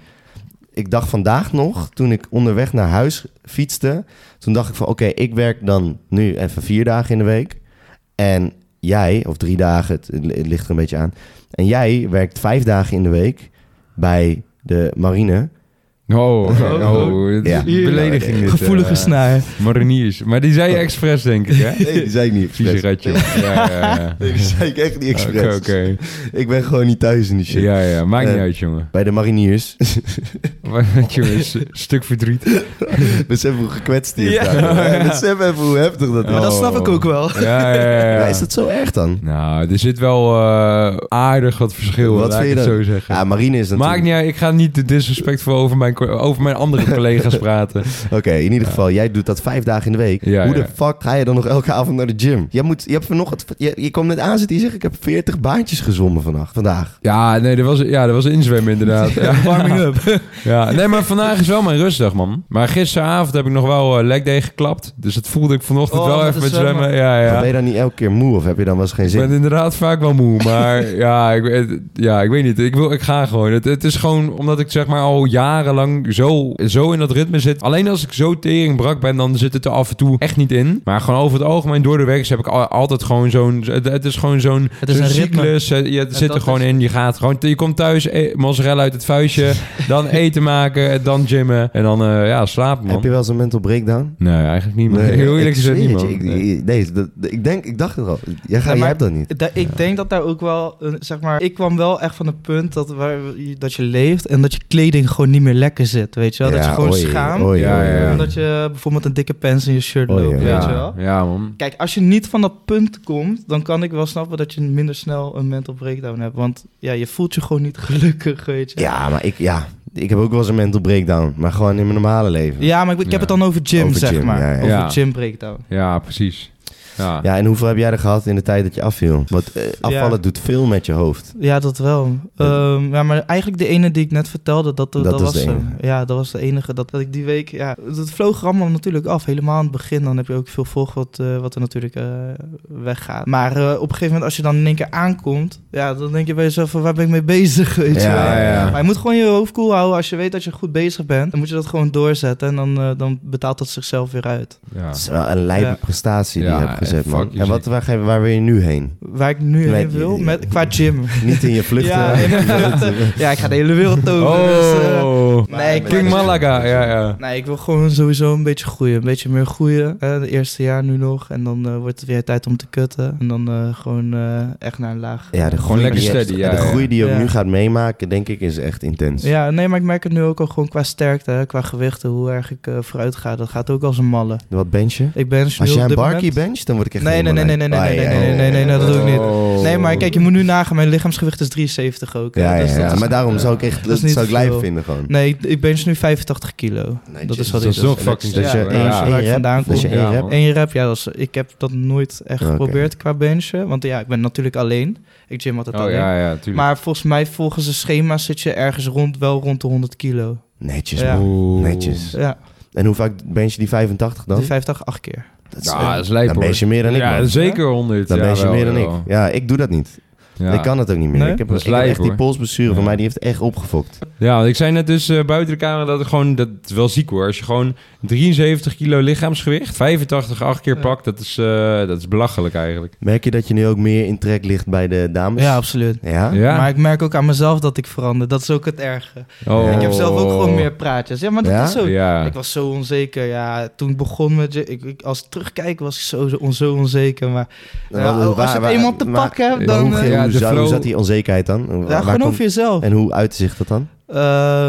ik dacht vandaag nog, toen ik onderweg naar huis fietste... Toen dacht ik van, oké, ik werk dan nu even vier dagen in de week. En jij, of drie dagen, het, het ligt er een beetje aan. En jij werkt vijf dagen in de week bij de marine...
Oh,
Oh,
oh, dit is
Ja.
belediging dit.
Gevoelige
eh,
snaar.
Mariniers. Maar die zei je expres, denk ik, hè?
Oh. Nee, die zei ik niet
Vieze
expres.
ratje. Ja, ja, ja.
Nee, die zei ik echt niet
Oké,
expres.
oké.
Ik ben gewoon niet thuis in die shit.
Ja, ja. Maakt niet
Eh.
uit, jongen.
Bij de mariniers.
Wat, jongen, is een stuk verdriet.
Besef hoe gekwetst die heeft
Ja.
daar. Ja, Besef even hoe heftig dat is.
Maar dat snap ik ook wel.
Ja, ja, Oh. ja.
Maar is dat zo erg dan?
Nou, er zit wel eh, aardig wat verschil.
Wat
laat
vind
ik
je
het
dan?
zo zeggen.
Ja, Ah, marine is natuurlijk...
Maakt niet uit, ik ga niet te disrespectvol over mijn, co- over mijn andere collega's praten.
Oké, in ieder geval, jij doet dat vijf dagen in de week.
Ja,
Hoe
ja.
de fuck ga je dan nog elke avond naar de gym? Jij moet, je hebt vanochtend, je, je komt net aanzitten, je zegt ik heb 40 baantjes gezwommen vannacht, vandaag.
Ja, nee, er was, ja, er was een inzwemmen inderdaad. Ja.
Warming up.
Ja, nee, maar vandaag is wel mijn rustdag, man. Maar gisteravond heb ik nog wel eh, leg day geklapt. Dus dat voelde ik vanochtend
Oh,
wel
met
even met
het
zwemmen.
zwemmen.
Ja,
Maar Ben
ja.
je dan niet elke keer moe of heb je dan wel eens geen
Ik
zin?
ben inderdaad vaak wel moe, maar ja, ik, weet- ja, ik weet niet. Ik, wil, ik ga gewoon. Het, het is gewoon omdat ik zeg maar al jarenlang zo, zo in dat ritme zit. Alleen als ik zo teringbrak ben, dan zit het er af en toe echt niet in. Maar gewoon over het algemeen door de week heb ik al- altijd gewoon zo'n... Het, het is gewoon zo'n
Het is
zo'n
een ritme.
cyclus. eh, Je, het
En
zit er
dat
gewoon
is-
in. Je gaat gewoon... Je komt thuis, eh, mozzarella uit het vuistje. dan eten maken, eh, dan gymmen. En dan eh, ja, slapen, man.
Heb je wel eens een mental breakdown?
Nee, eigenlijk niet, man. Heel eerlijk
ik
gezegd
zweer
niet,
het
man.
je, ik-
Nee.
ik- Nee, dat- ik, denk, ik dacht het al. Jij, ga,
Ja,
jij
maar-
hebt dat niet.
Da- ik denk dat daar ook wel, een- zeg maar, ik kwam wel echt van het punt dat, waar, dat je leeft en dat je kleding gewoon niet meer lekker zit, weet je wel? dat je gewoon
oei,
schaamt.
oei,
Ja,
oei,
ja, ja.
oei.
Omdat je bijvoorbeeld een dikke pens in je shirt
Oh,
loopt,
ja.
weet
ja,
je wel?
ja, man.
Kijk, als je niet van dat punt komt, dan kan ik wel snappen dat je minder snel een mental breakdown hebt. Want ja, je voelt je gewoon niet gelukkig, weet je.
Ja, maar ik, ja, ik heb ook wel eens een mental breakdown, maar gewoon in mijn normale leven.
Ja, maar ik, ik heb
Ja.
het dan over gym,
Over
zeg
gym,
maar.
ja, ja.
Over
Ja.
gym breakdown.
Ja, precies. Ja.
Ja, en hoeveel heb jij er gehad in de tijd dat je afviel? Want eh, afvallen
Ja.
doet veel met je hoofd.
Ja, dat wel. Ehm, ja, maar eigenlijk de ene die ik net vertelde, dat, dat,
Dat is
was
de
hem.
enige.
Ja, dat was de enige. Dat, dat ik die week, ja, dat vloog er allemaal natuurlijk af. Helemaal aan het begin, dan heb je ook veel volg wat, eh, wat er natuurlijk eh, weggaat. Maar eh, op een gegeven moment, als je dan in één keer aankomt, ja, dan denk je bij jezelf van, waar ben ik mee bezig, weet je
Ja,
wel?
ja, ja.
Maar je moet gewoon je hoofd koel houden. Als je weet dat je goed bezig bent, dan moet je dat gewoon doorzetten. En dan, eh, dan betaalt dat zichzelf weer uit.
Ja.
Het is wel een lijpe
Ja.
prestatie die
Ja,
je hebt gezet,
echt
man.
fucking
En wat, waar, ga je- waar wil je nu heen?
Waar ik nu
Met-
heen wil, met, qua gym.
Niet in je vluchten.
Ja, in mijn vluchten. ja, ik ga de hele wereld over. dus, eh, dus-
Oh,
nee, ik-
King Malaga, ja, ja.
Nee, ik wil gewoon sowieso een beetje groeien. Een beetje meer groeien. Het eerste jaar nu nog. En dan eh, wordt het weer tijd om te kutten. En dan eh, gewoon eh, echt naar een laag.
Ja, de
Gewoon
groei
lekker
die je-
steady, ja,
de
ja.
groei die je ook
Ja.
nu gaat meemaken, denk ik, is echt intens.
Ja, nee, maar ik merk het nu ook al gewoon qua sterkte, hè, qua gewichten, hoe erg ik eh, vooruit ga. Dat gaat ook als een malle.
Wat bench je?
Ik ben dus nu
Als jij
op
een
dit
barkey
moment-
bench, dan word ik echt Oh,
Nee, nee, nee, nee, nee, nee, nee, nee, nee, nee, nee, nee, dat doe ik niet.
Oh.
Nee, maar kijk, je moet nu nagaan, mijn lichaamsgewicht is 73 ook. hè,
Ja, ja,
dus dat
ja,
is-
maar daarom zou ik echt,
dat
dat
is niet
zou ik lijf
veel.
vinden gewoon.
Nee, ik, ik bench nu 85 kilo.
Nee,
dat is
Jesus,
Dat
wat ik
is
dus.
wel fucking
Dat
Ja,
je
ja,
één-
ja.
één
Waar ik
rep-
vandaan
dat je
kom.
één
Ja,
rep-
man.
Eén rep, ja, dat is, ik heb dat nooit echt
Oh. Oké.
geprobeerd qua benchen. Want ja, ik ben natuurlijk alleen. Ik gym altijd
Oh
alleen.
ja, ja, tuurlijk.
Maar volgens mij, volgens de schema zit je ergens rond, wel rond de 100 kilo.
Netjes,
Ja.
man.
Oeh.
Netjes.
Ja,
En hoe vaak bench je die 85 Dus dan?
de 50 acht keer.
Dat
Ja, dat is lijp,
dan ben je meer dan ik,
Ja,
man.
zeker 100.
Dan
ja,
ben je
wel,
meer dan
wel.
ik. Ja, ik doe dat niet.
Ja.
Ik kan het ook niet meer.
Nee?
Ik heb,
Dat is
ik heb
lijp,
echt die
hoor.
polsblessure
Ja.
van mij, die heeft echt opgefokt.
Ja, want ik zei net dus eh, buiten de camera dat ik gewoon... Dat is wel ziek hoor. Als je gewoon 73 kilo lichaamsgewicht, 85 acht keer
Ja.
pakt, dat is, eh, dat is belachelijk eigenlijk.
Merk je dat je nu ook meer in trek ligt bij de dames?
Ja, absoluut.
Ja? Nou,
Ja.
Maar ik merk ook aan mezelf dat ik verander. Dat is ook het erge.
Oh.
Ik heb zelf ook gewoon meer praatjes. Ja, maar dat
Ja?
is zo.
Ja.
Ik was zo onzeker. Ja, toen ik begon met je. Ik, ik- als ik terugkijk was ik zo, zo, on- zo onzeker. Maar
Nou,
ja, Oh,
hoe-
als
waar-
je
waar-
het eenmaal te
maar-
pakken
maar
hebt, dan...
hoe,
eh,
ging-
Ja,
hoe
de
zat- hoe
flow-
zat die onzekerheid dan? Hoe-
ja,
waar
gewoon
komt-
over jezelf.
En hoe uitte zich dat dan?
Eh,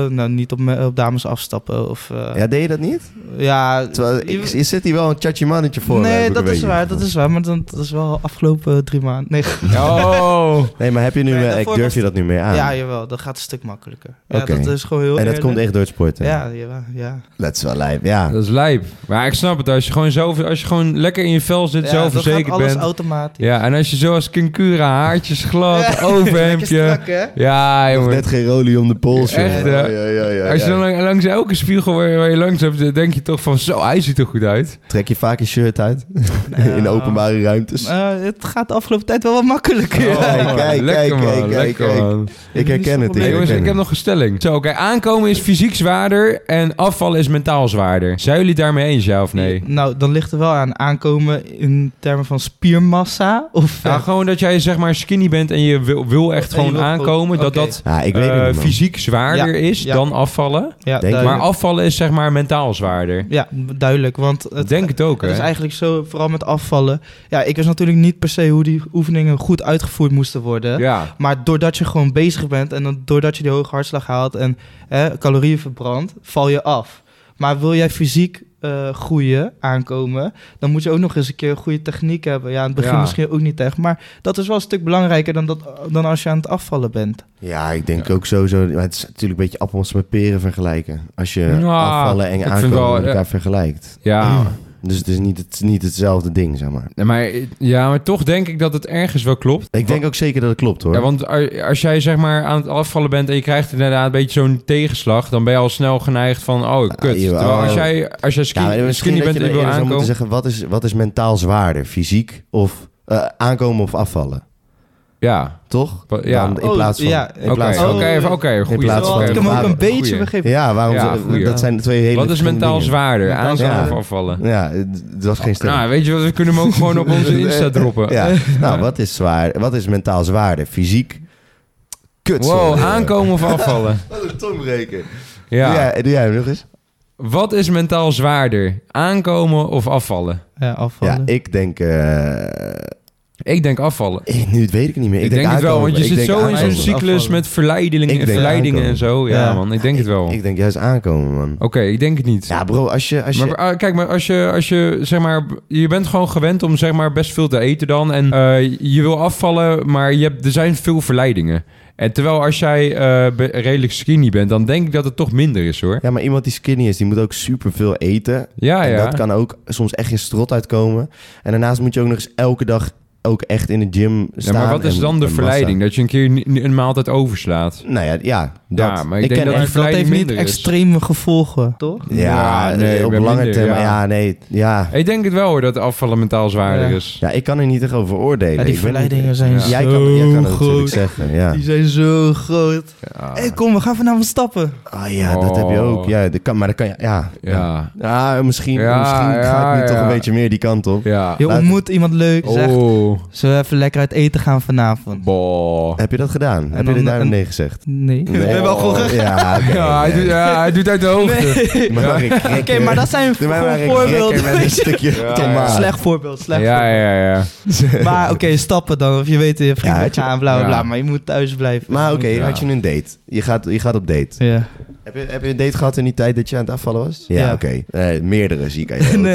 nou, niet op, me- op dames afstappen. Of, eh,
Ja, deed je dat niet?
ja,
Terwijl,
je-
ik, je zit hier wel een tjatje mannetje voor. eh, heb
nee,
ik
dat
een
is
beetje.
waar, dat is waar. Maar dat, dat is wel afgelopen drie maanden. Nee,
Oh.
Nee, maar heb je nu,
Nee,
eh,
daarvoor
durf
was-
je dat nu meer aan?
ja, jawel, dat gaat een stuk makkelijker. Ja,
Oké.
dat is gewoon heel
en dat
eerlijk.
komt echt door het sporten?
Ja, jawel, ja.
Dat is wel lijp, ja.
Dat is lijp. Maar ik snap het. Als je gewoon, zo, als je gewoon lekker in je vel zit,
ja, dan gaat
zelfverzekerd
alles
bent.
automatisch.
Ja, en als je zoals Kinkura, haartjes glad,
Lekker
overhemdje.
strak, hè?
Ja, jongen.
Net geen rolie om de pols,
Echt,
jongen.
hè?
Ja, ja, ja,
Als je
ja.
dan lang- langs elke spiegel waar je, waar je langs hebt, dan denk je toch van zo, hij ziet er goed uit.
Trek je vaak je shirt uit? In
Nou,
de openbare ruimtes?
eh, het gaat de afgelopen tijd wel wat makkelijker.
kijk,
Oh, man.
kijk,
lekker
kijk, kijk,
man, lekker
kijk.
man.
ik herken het.
Hey,
Hey,
Ik,
jongens,
herken
ik heb
het.
nog een stelling. Zo, kijk, aankomen is fysiek zwaarder en afvallen is mentaal zwaarder. Zijn jullie het daarmee eens, ja of nee?
Nou, dan ligt er wel aan aankomen in termen van spiermassa. Of, eh,
Ja, gewoon dat jij zeg maar skinny bent en je wil, wil echt
En je
gewoon
wil gewoon-
aankomen. Dat
oké.
dat
Ja, ik weet
eh,
het niet, man.
fysiek zwaarder
Ja,
is
ja.
dan afvallen.
Ja,
Denk
duidelijk.
Maar afvallen is zeg maar mentaal zwaarder.
ja, duidelijk. Want het,
Ik Denk het ook, hè?
Het is eigenlijk zo, vooral met afvallen. Ja, ik wist natuurlijk niet per se hoe die oefeningen goed uitgevoerd moesten worden.
Ja.
Maar doordat je gewoon bezig bent en dan doordat je die hoge hartslag haalt en hè, calorieën verbrandt, val je af. Maar wil jij fysiek eh, groeien, aankomen, dan moet je ook nog eens een keer goede techniek hebben. Ja, in het begin
Ja.
misschien ook niet echt, maar dat is wel een stuk belangrijker dan, dat, dan als je aan het afvallen bent.
Ja, ik denk ook sowieso. Maar het is natuurlijk een beetje appels met peren vergelijken. Als je
Ja,
afvallen en
Nou, ik vind
aankomen
wel,
met
ja.
elkaar vergelijkt.
Ja.
Dus het is niet, het, is niet hetzelfde ding, zeg maar.
Nee, maar, ja, maar toch denk ik dat het ergens wel klopt.
Ik denk ook zeker dat het klopt, hoor.
Ja, want a- als jij zeg maar aan het afvallen bent en je krijgt inderdaad een beetje zo'n tegenslag, dan ben je al snel geneigd van, oh, kut.
joh,
Terwijl
oh.
als jij, als jij
Ja,
skinny,
maar misschien
skinny
dat je
bent en je
dan eerder
wil
zou moeten
aankomen...
zeggen... Wat is, wat is mentaal zwaarder? Fysiek of eh, aankomen of afvallen?
Ja,
Toch?
Wa- ja.
Dan in
Oh,
plaats van...
ja. Oh,
in
oké,
plaats van-
oké, even- oké, goeie.
plaats
Zo
van-
had ik hem ook een
Goeie.
beetje begrepen.
Ja, waarom
Ja,
ze-
goeie.
dat zijn twee hele
Wat is
verschillende
mentaal
dingen.
zwaarder?
Mentaal
Aankomen
zwaarder.
of afvallen?
Ja, het- dat was geen stelling.
Nou, weet je wat, we kunnen hem ook gewoon op onze Insta droppen.
Ja. Nou, wat is, zwaar, wat is mentaal zwaarder? Fysiek? Kut.
Wow,
sorry.
aankomen of afvallen?
Wat een tongbreker.
Ja.
Doe, jij, doe jij hem nog eens?
Wat is mentaal zwaarder? Aankomen of afvallen?
Ja, afvallen.
Ja, ik denk... eh,
Ik denk afvallen.
ik, nu weet ik niet meer.
Ik,
Ik,
denk, het wel,
aankomen.
want je
Ik
zit
denk
zo in zo'n
aankomen.
ziek-
cyclus
Afvallen.
met verleidingen,
Ik denk
verleidingen en zo. Ja,
Ja.
man, ik denk het wel.
Ik denk juist aankomen, man.
Oké, ik denk het niet.
Ja, bro, als je... Als je
Maar ah, kijk, maar als je, als je zeg maar, je bent gewoon gewend om zeg maar best veel te eten dan. En eh, je wil afvallen, maar je hebt, er zijn veel verleidingen. En terwijl als jij eh, be- redelijk skinny bent, dan denk ik dat het toch minder is hoor.
ja, maar iemand die skinny is, die moet ook superveel eten.
Ja,
En
Ah, ja.
dat kan ook soms echt in strot uitkomen. En daarnaast moet je ook nog eens elke dag ook echt in de gym
ja
staan.
maar wat is
en-
dan
en
de
massa.
verleiding? Dat je een keer ni- ni- een maaltijd overslaat.
Nou ja, ja, dat.
Ja, maar ik denk
ken
dat
echt-
die
dat
verleiding
heeft niet
minder is.
extreme gevolgen, toch?
Ja,
Ja, nee,
nee,
ik
op
ben
lange
minder,
termijn.
ja.
Ja. nee, ja.
Ik denk het wel hoor, dat afvallen mentaal zwaarder
Ja.
is.
Ja, ik kan er niet echt over oordelen.
Ja, die
Ik ben niet-
verleidingen zijn
Ja.
Jij
zo
kan, jij kan het natuurlijk
groot.
zeggen, ja.
Die zijn zo groot.
Ja.
Hé, kom, we gaan vanavond stappen.
Ah ja, dat heb je
Oh.
ook. Ja, dat kan, maar dat kan je... Ja,
Ja.
Ja, misschien,
Ja,
misschien ga ik nu
ja,
toch
ja.
een beetje meer die kant op.
Ja.
Je
Laat-
ontmoet iemand leuk, zegt...
Oh.
Zullen we even lekker uit eten gaan vanavond?
Boah.
Heb je dat gedaan? heb
dan-
je er daarom
en-
nee gezegd?
Nee.
Nee. Ja, oké,
Ja, hij
nee.
doet, ja, hij doet uit de hoogte.
Maar ik
Oké,
rekker.
maar dat zijn
Doe mij maar
gewoon
een rekker
voorbeelden.
met een stukje
Ja,
tomaat.
ja.
Slecht voorbeeld, slecht
Ja, ja, ja.
voorbeeld. Maar oké, stappen dan. Of je weet, je
Ja,
vrienden
had je-
gaan, bla, bla,
Ja.
bla. Maar je moet thuis blijven.
Maar oké,
Ja.
had je een date? Je gaat, je gaat op date.
Ja.
Heb je, heb je een date gehad in die tijd dat je aan het afvallen was? Ja,
Ja.
oké. Eh, meerdere zie ik aan je ook.
Nee.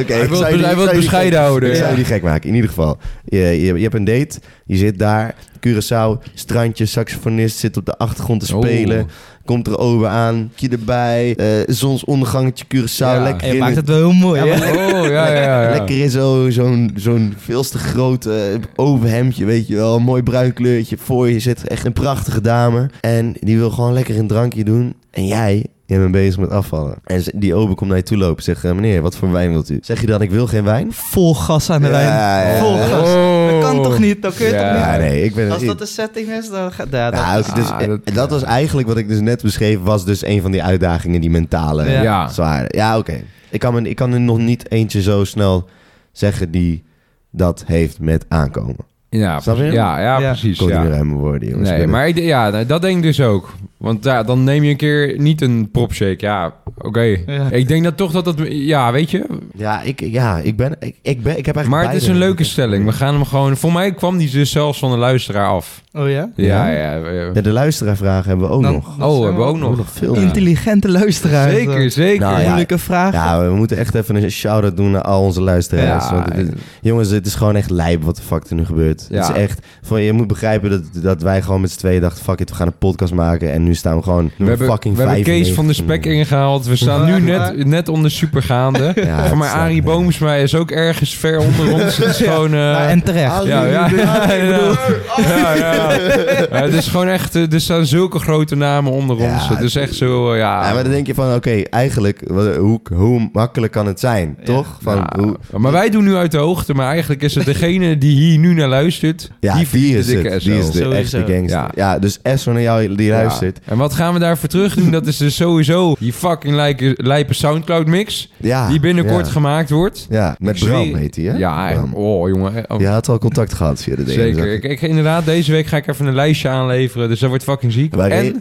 oké.
Hij
Ik
wil
zou jullie-
het- hij wil
ik zou
het
jullie
bescheiden
gek-
houden.
Ik zou
Ja.
jullie gek maken, in ieder geval. Je, je, je hebt een date, je zit daar, Curaçao, strandje, saxofonist zit op de achtergrond te spelen.
Oh.
Komt er ober aan, je erbij, eh, zonsondergangetje Curaçao,
Ja.
lekker
En je
in
maakt
het-
het wel heel mooi, hè?
Oh, ja, ja, ja.
Lekker in zo- zo'n zo'n veel te groot eh, overhemdje, weet je wel. Mooi bruin kleurtje. Voor je zit echt een prachtige dame. En die wil gewoon lekker een drankje doen. En jij, jij bent bezig met afvallen. En ze- die ober komt naar je toe lopen. Zegt, eh, meneer, wat voor wijn wilt u? Zeg je dan, ik wil geen wijn?
Vol gas aan de
Ja,
lijn.
ja, ja.
Vol gas.
Oh.
Dat kan toch niet? Dat kun je
Ja.
toch
Ja,
niet?
nee, ik ben...
Als dat de setting is, dan gaat... Ja, dat-
Nou, oké, dus,
Ah,
eh,
dat-
dat, was eigenlijk wat ik dus net beschreef, was dus een van die uitdagingen, die mentale eh,
Ja.
Ja.
zware. Ja, oké. Ik, kan me- ik kan er nog niet eentje zo snel zeggen die dat heeft met aankomen.
Ja,
Snap je?
ja, ja,
Ja.
precies.
Ik kon
ja.
niet meer uit mijn woorden, jongens. Ik
Nee,
ben
maar ik, d- ja, nou, dat denk ik dus ook. Want ja, dan neem je een keer niet een propshake. Ja, oké.
Ja.
Ik denk dat toch dat dat... Ja, weet je?
het- Ja, ik, ja, ik ben... Ik, ik ben ik heb eigenlijk
Maar het is
beide.
een leuke stelling. We gaan hem gewoon... Voor mij kwam die dus zelfs van de luisteraar af.
Oh ja?
Ja?
Ja, ja. ja.
Ja, de luisteraarvragen hebben we ook
Dan-
nog.
dat
Oh,
zijn
hebben we
wel
ook nog.
veel.
Ja.
Intelligente luisteraars.
Zeker, zeker.
Nou, ja.
Moeilijke vragen.
Ja, we moeten echt even een shout-out doen naar al onze luisteraars.
Ja,
want het eh, is- jongens, het is gewoon echt lijp wat de fuck er nu gebeurt.
Ja.
Het is echt... Van, je moet begrijpen dat, dat wij gewoon met z'n tweeën dachten... Fuck it, we gaan een podcast maken. En nu staan we gewoon
We hebben,
fucking
we hebben Kees van de
95.
Spek ingehaald. We staan nu net, net onder supergaande.
Ja,
Voor mij,
het is,
Arie
eh,
Boomsma is ook ergens ver onder ons. Het is gewoon... eh,
Maar en terecht.
Als
Ja,
jullie
ja.
dit-
Ja, ja, ja. Ja, Het is gewoon echt, eh, er staan zulke grote namen onder
Ja,
ons. Het is echt zo, eh, ja.
Ja, maar dan denk je van, oké, eigenlijk, wat- hoe, hoe makkelijk kan het zijn, toch? Van,
Ja.
hoe,
Maar wij doen nu uit de hoogte, maar eigenlijk is het degene die hier nu naar luistert,
ja,
die
die,
verdient
is
de dikke
het.
SO.
Die is de
Sowieso.
echte gangster.
Ja.
Ja, dus Esso naar jou die
Ja.
luistert, shit.
En wat gaan we daarvoor terug doen? Dat is dus sowieso die fucking lijke, lijpe Soundcloud mix.
Ja,
die binnenkort
Ah, ja.
gemaakt wordt.
Ja, met
Ik zweer-
Bram heet hij, hè?
Ja,
Bram.
oh jongen. Oh,
Je had al contact gehad via de DM. zag
zeker.
ik.
Ik, ik- inderdaad, deze week ga ik even een lijstje aanleveren. Dus dat wordt fucking ziek.
Wij
en
re-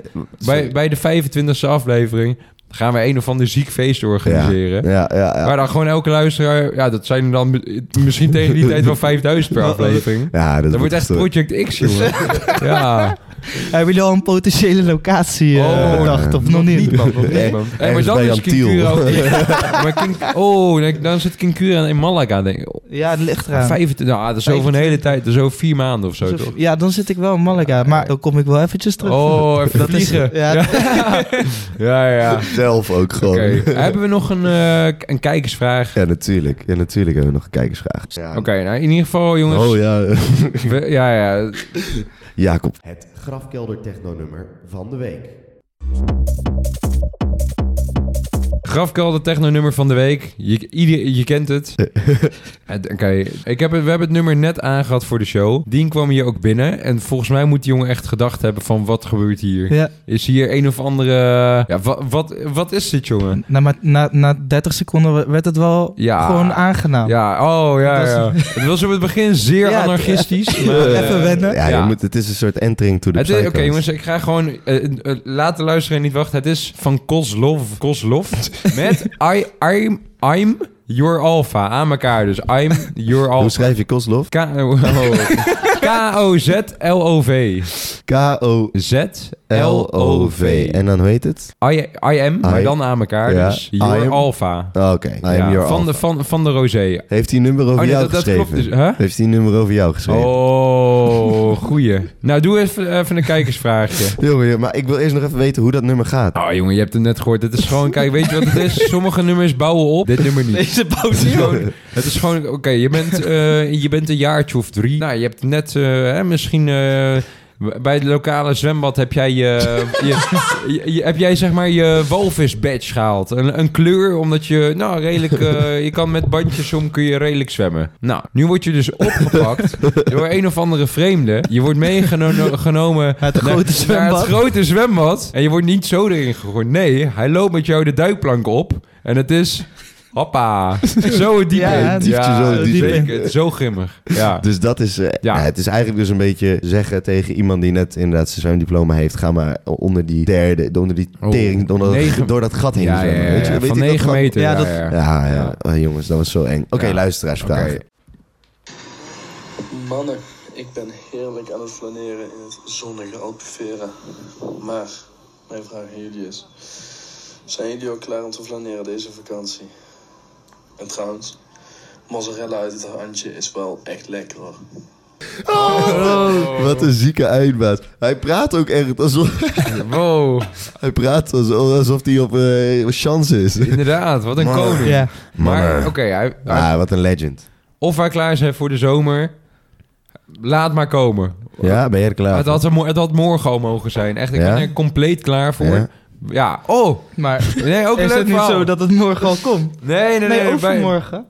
e-
bij,
Sorry.
bij de 25e aflevering gaan we een of ander ziek feest
ja.
organiseren.
Ja, ja, ja.
Waar dan gewoon elke luisteraar... Ja, dat zijn er dan mi- misschien tegen die tijd wel 5000 per aflevering.
Ja, dat, eh,
Dat wordt echt
gestoord.
Project X, jongen. Ja.
Hebben jullie al een potentiële locatie eh,
Oh,
bedacht? Of nog niet?
man. Nog
Nee.
niet, man. Hey, maar
Ergens
dan
eh, dus bij
is
Jan Tiel.
King Cura ook- Maar King- Oh, dan- dan zit King Cura in Malaga, denk ik.
Ja, het ligt eraan.
25, nou, dat is over een hele tijd. Dat is over vier maanden of zo,
Zo-
toch?
Ja, dan zit ik wel in Malaga. Maar dan kom ik wel eventjes terug.
Oh, even
Dat is-
vliegen.
ja.
ja, ja. ja.
Zelf ook gewoon.
Oké, hebben we nog een, eh, k- een kijkersvraag?
Ja, natuurlijk. Ja, natuurlijk hebben we nog een kijkersvraag. Ja.
Oké, nou in ieder geval, jongens.
Oh ja,
we- ja, ja.
Jacob. Het grafkelder technonummer van de week.
Grafkelder techno-nummer van de week. Je, ieder, je kent het. Het- Oké, ik heb het- we hebben het nummer net aangehad voor de show. Dien kwam hier ook binnen. En volgens mij moet die jongen echt gedacht hebben van wat gebeurt hier.
Ja.
Is hier een of andere... eh, Ja, wat, wat, wat is dit, jongen?
Nou, maar na, na 30 seconden werd het wel
Ja.
gewoon aangenaam.
Ja, oh ja,
Dat is-
ja. Het was op het begin zeer
Ja,
anarchistisch. maar, eh,
Even wennen.
Ja,
Ja.
Je moet, het is een soort entering to the
Het is- Oké
psychos.
jongens, ik ga gewoon eh, eh, laten luisteren en niet wachten. Het is van Kozlov, Kozlov met I, I'm, I'm Your Alpha aan elkaar. Dus I'm Your
Hoe
Alpha.
schrijf je Kozlov?
K- oh. K-O-Z-L-O-V.
K-O-L-O-V.
Z-L-O-V.
En dan hoe heet het?
I, I am, maar
I-
dan aan elkaar.
Ja,
Dus Your
I am-
Alpha.
Oh, Oké, I
Ja,
am your
van,
alpha.
De, van, van de Rosé.
Heeft hij een nummer over
Oh, nee,
jou
dat- dat
geschreven?
klopt dus, hè?
Heeft hij een nummer over jou geschreven?
Oh, goeie. Nou, doe even, even een kijkersvraagje.
Jongen, jongen, maar ik wil eerst nog even weten hoe dat nummer gaat.
Oh jongen, je hebt het net gehoord. Het is gewoon, kijk, weet je wat het is? Sommige nummers bouwen op, dit nummer niet.
Deze
Het is
pauze.
gewoon, het is gewoon oké, je, bent, eh je bent een jaartje of drie. Nou, je hebt net eh, hè, misschien... eh, bij het lokale zwembad heb jij, je, je, je- je- heb jij zeg maar je walvisbadge gehaald. Een, een kleur, omdat je, nou redelijk, eh, je kan met bandjes om, kun je redelijk zwemmen. Nou, nu word je dus opgepakt door een of andere vreemde. Je wordt meegenomen genomen
het grote
naar
zwembad.
het grote zwembad. En je wordt niet zo erin gegooid. Nee, hij loopt met jou de duikplank op. En het is... Hoppa. Zo het diep
Ja,
in.
het
diepje zo het diep in.
zeker. Het is Zo grimmig. Ja.
Dus dat is... eh,
Ja.
ja, het is eigenlijk dus een beetje zeggen tegen iemand die net inderdaad zijn zwemdiploma heeft... ga maar onder die derde, onder die
Oh,
tering, door, dat-
negen-
door dat gat heen
Ja, ja,
zwemmen.
ja,
Weet je,
ja.
weet
Van
je dat
9
gewoon?
meter.
Ja,
Ja,
dat-
ja.
Ja,
Ja.
ja. Oh, jongens, dat was zo eng. Oké,
Ja.
luisteraarsvraag.
Oké.
Mannen, ik ben heerlijk aan het flaneren in het zonnige Alpevera. Maar mijn vraag aan jullie is: zijn jullie al klaar om te flaneren deze vakantie? En trouwens, mozzarella uit het handje is wel echt lekker hoor.
Wat een zieke eindbaas. Hij praat ook echt alsof,
Wow.
hij praat alsof, alsof hij op eh, chance is.
Inderdaad, wat een
Mannen.
koning.
Ja.
Maar oké,
Mannen.
hij- hij-
Ah, wat een legend.
of wij klaar zijn voor de zomer... Laat maar komen.
Ja, ben jij er klaar
Het
voor?
had, er mo- het had morgen al mogen zijn. Echt, ik
Ja?
ben er compleet klaar voor. Ja.
Ja.
Oh,
Maar
nee, ook een
is
leuk
het niet
verhaal.
zo dat het morgen al komt?
Nee, nee, nee.
Nee,
bij-
overmorgen.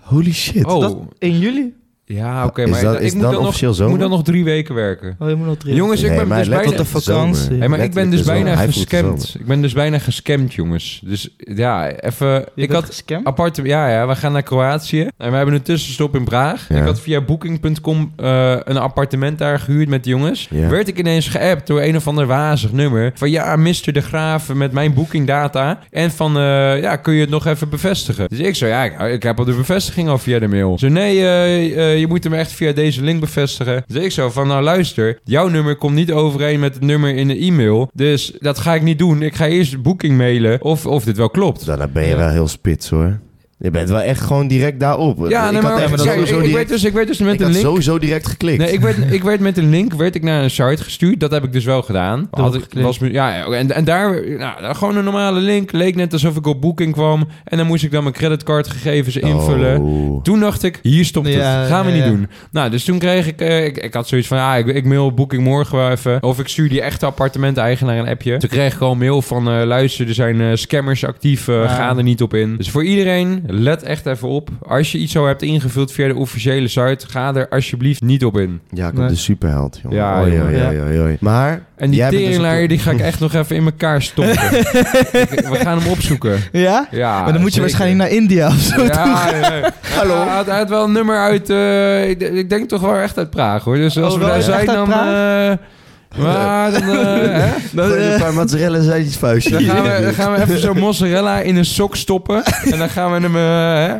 Holy shit.
Oh,
Dat, in juli?
ja, oké.
Is
maar
dat-
ik-
is
ik moet
dan
dan nog,
officieel
ik moet
zomer?
dan nog drie weken werken.
Oh, je moet nog drie.
Jongens, ik
Nee,
ben
maar
dus
let
bijna...
op de
Tot de vakantie.
zomer.
Hé, maar ik ben
Letterlijk
dus
de zomer.
bijna
Hij voelt de
gescamd.
zomer.
Ik ben dus bijna gescamd, jongens. Dus ja, even...
Je
Ik
bent
had
gescamd?
apart... Ja, ja, we gaan naar Kroatië. En we hebben een tussenstop in Praag.
Ja.
Ik had via booking.com eh, een appartement daar gehuurd met de jongens.
Ja.
Werd ik ineens geappt door een of ander wazig nummer. Van ja, Mr. De Graaf met mijn bookingdata. En van, eh, ja, kun je het nog even bevestigen? Dus ik zei, ja, ik, ik heb al de bevestiging al via de mail. Ze nee, eh, eh, je moet hem echt via deze link bevestigen. Dus ik zo van, nou luister, jouw nummer komt niet overeen met het nummer in de e-mail. Dus dat ga ik niet doen. Ik ga eerst booking mailen of, of dit wel klopt.
Nou, dan ben je wel heel spits hoor. Je bent wel echt gewoon direct daarop.
Ja, nee,
eh, ik
maar,
had echt
maar dat
kijk,
sowieso
ik, ik werd
direct,
dus, ik werd dus met
ik
een
had
link...
sowieso direct geklikt.
Nee, ik werd, ik werd met een link werd ik naar een site gestuurd. Dat heb ik dus wel gedaan.
Oh,
Had ik,
geklikt.
was, me- ja, en, en daar nou, gewoon een normale link. Leek net alsof ik op Booking kwam. En dan moest ik dan mijn creditcardgegevens invullen.
Oh.
Toen dacht ik, hier stopt het.
Ja,
Gaan we
ja,
niet
ja.
doen. Nou, dus toen kreeg ik... eh, ik, ik had zoiets van, ah, ik, ik mail Booking morgen wel even. Of ik stuur die echte appartement-eigenaar een appje. Toen kreeg ik al een mail van, eh, luister, er zijn eh, scammers actief. eh,
Ja.
Ga er niet op in. Dus voor iedereen, Let echt even op. Als je iets zo hebt ingevuld via de officiële site, ga er alsjeblieft niet op in.
Jacob
Nee.
de superheld, jongen.
Ja,
Oei,
jongen.
oei, oei, oei, oei. Maar...
En die
jij bent dus
teringlaaier,
een-
die ga ik echt nog even in elkaar stoppen. Ik- We gaan hem opzoeken.
Ja?
Ja,
maar dan moet je
Ah, zeker.
waarschijnlijk naar India of zo.
Ja, ja.
Hallo.
Hij had, hij had wel een nummer uit, eh, ik, ik denk toch wel echt uit Praag hoor. Dus als we
Oh, wel
daar
echt
zijn,
uit
dan. eh, maar dan, eh, hè?
Gooi er een paar mozzarella zijtjes vuistje.
Dan gaan, we, dan gaan we even zo'n mozzarella in een sok stoppen. En dan gaan we hem... eh, hè?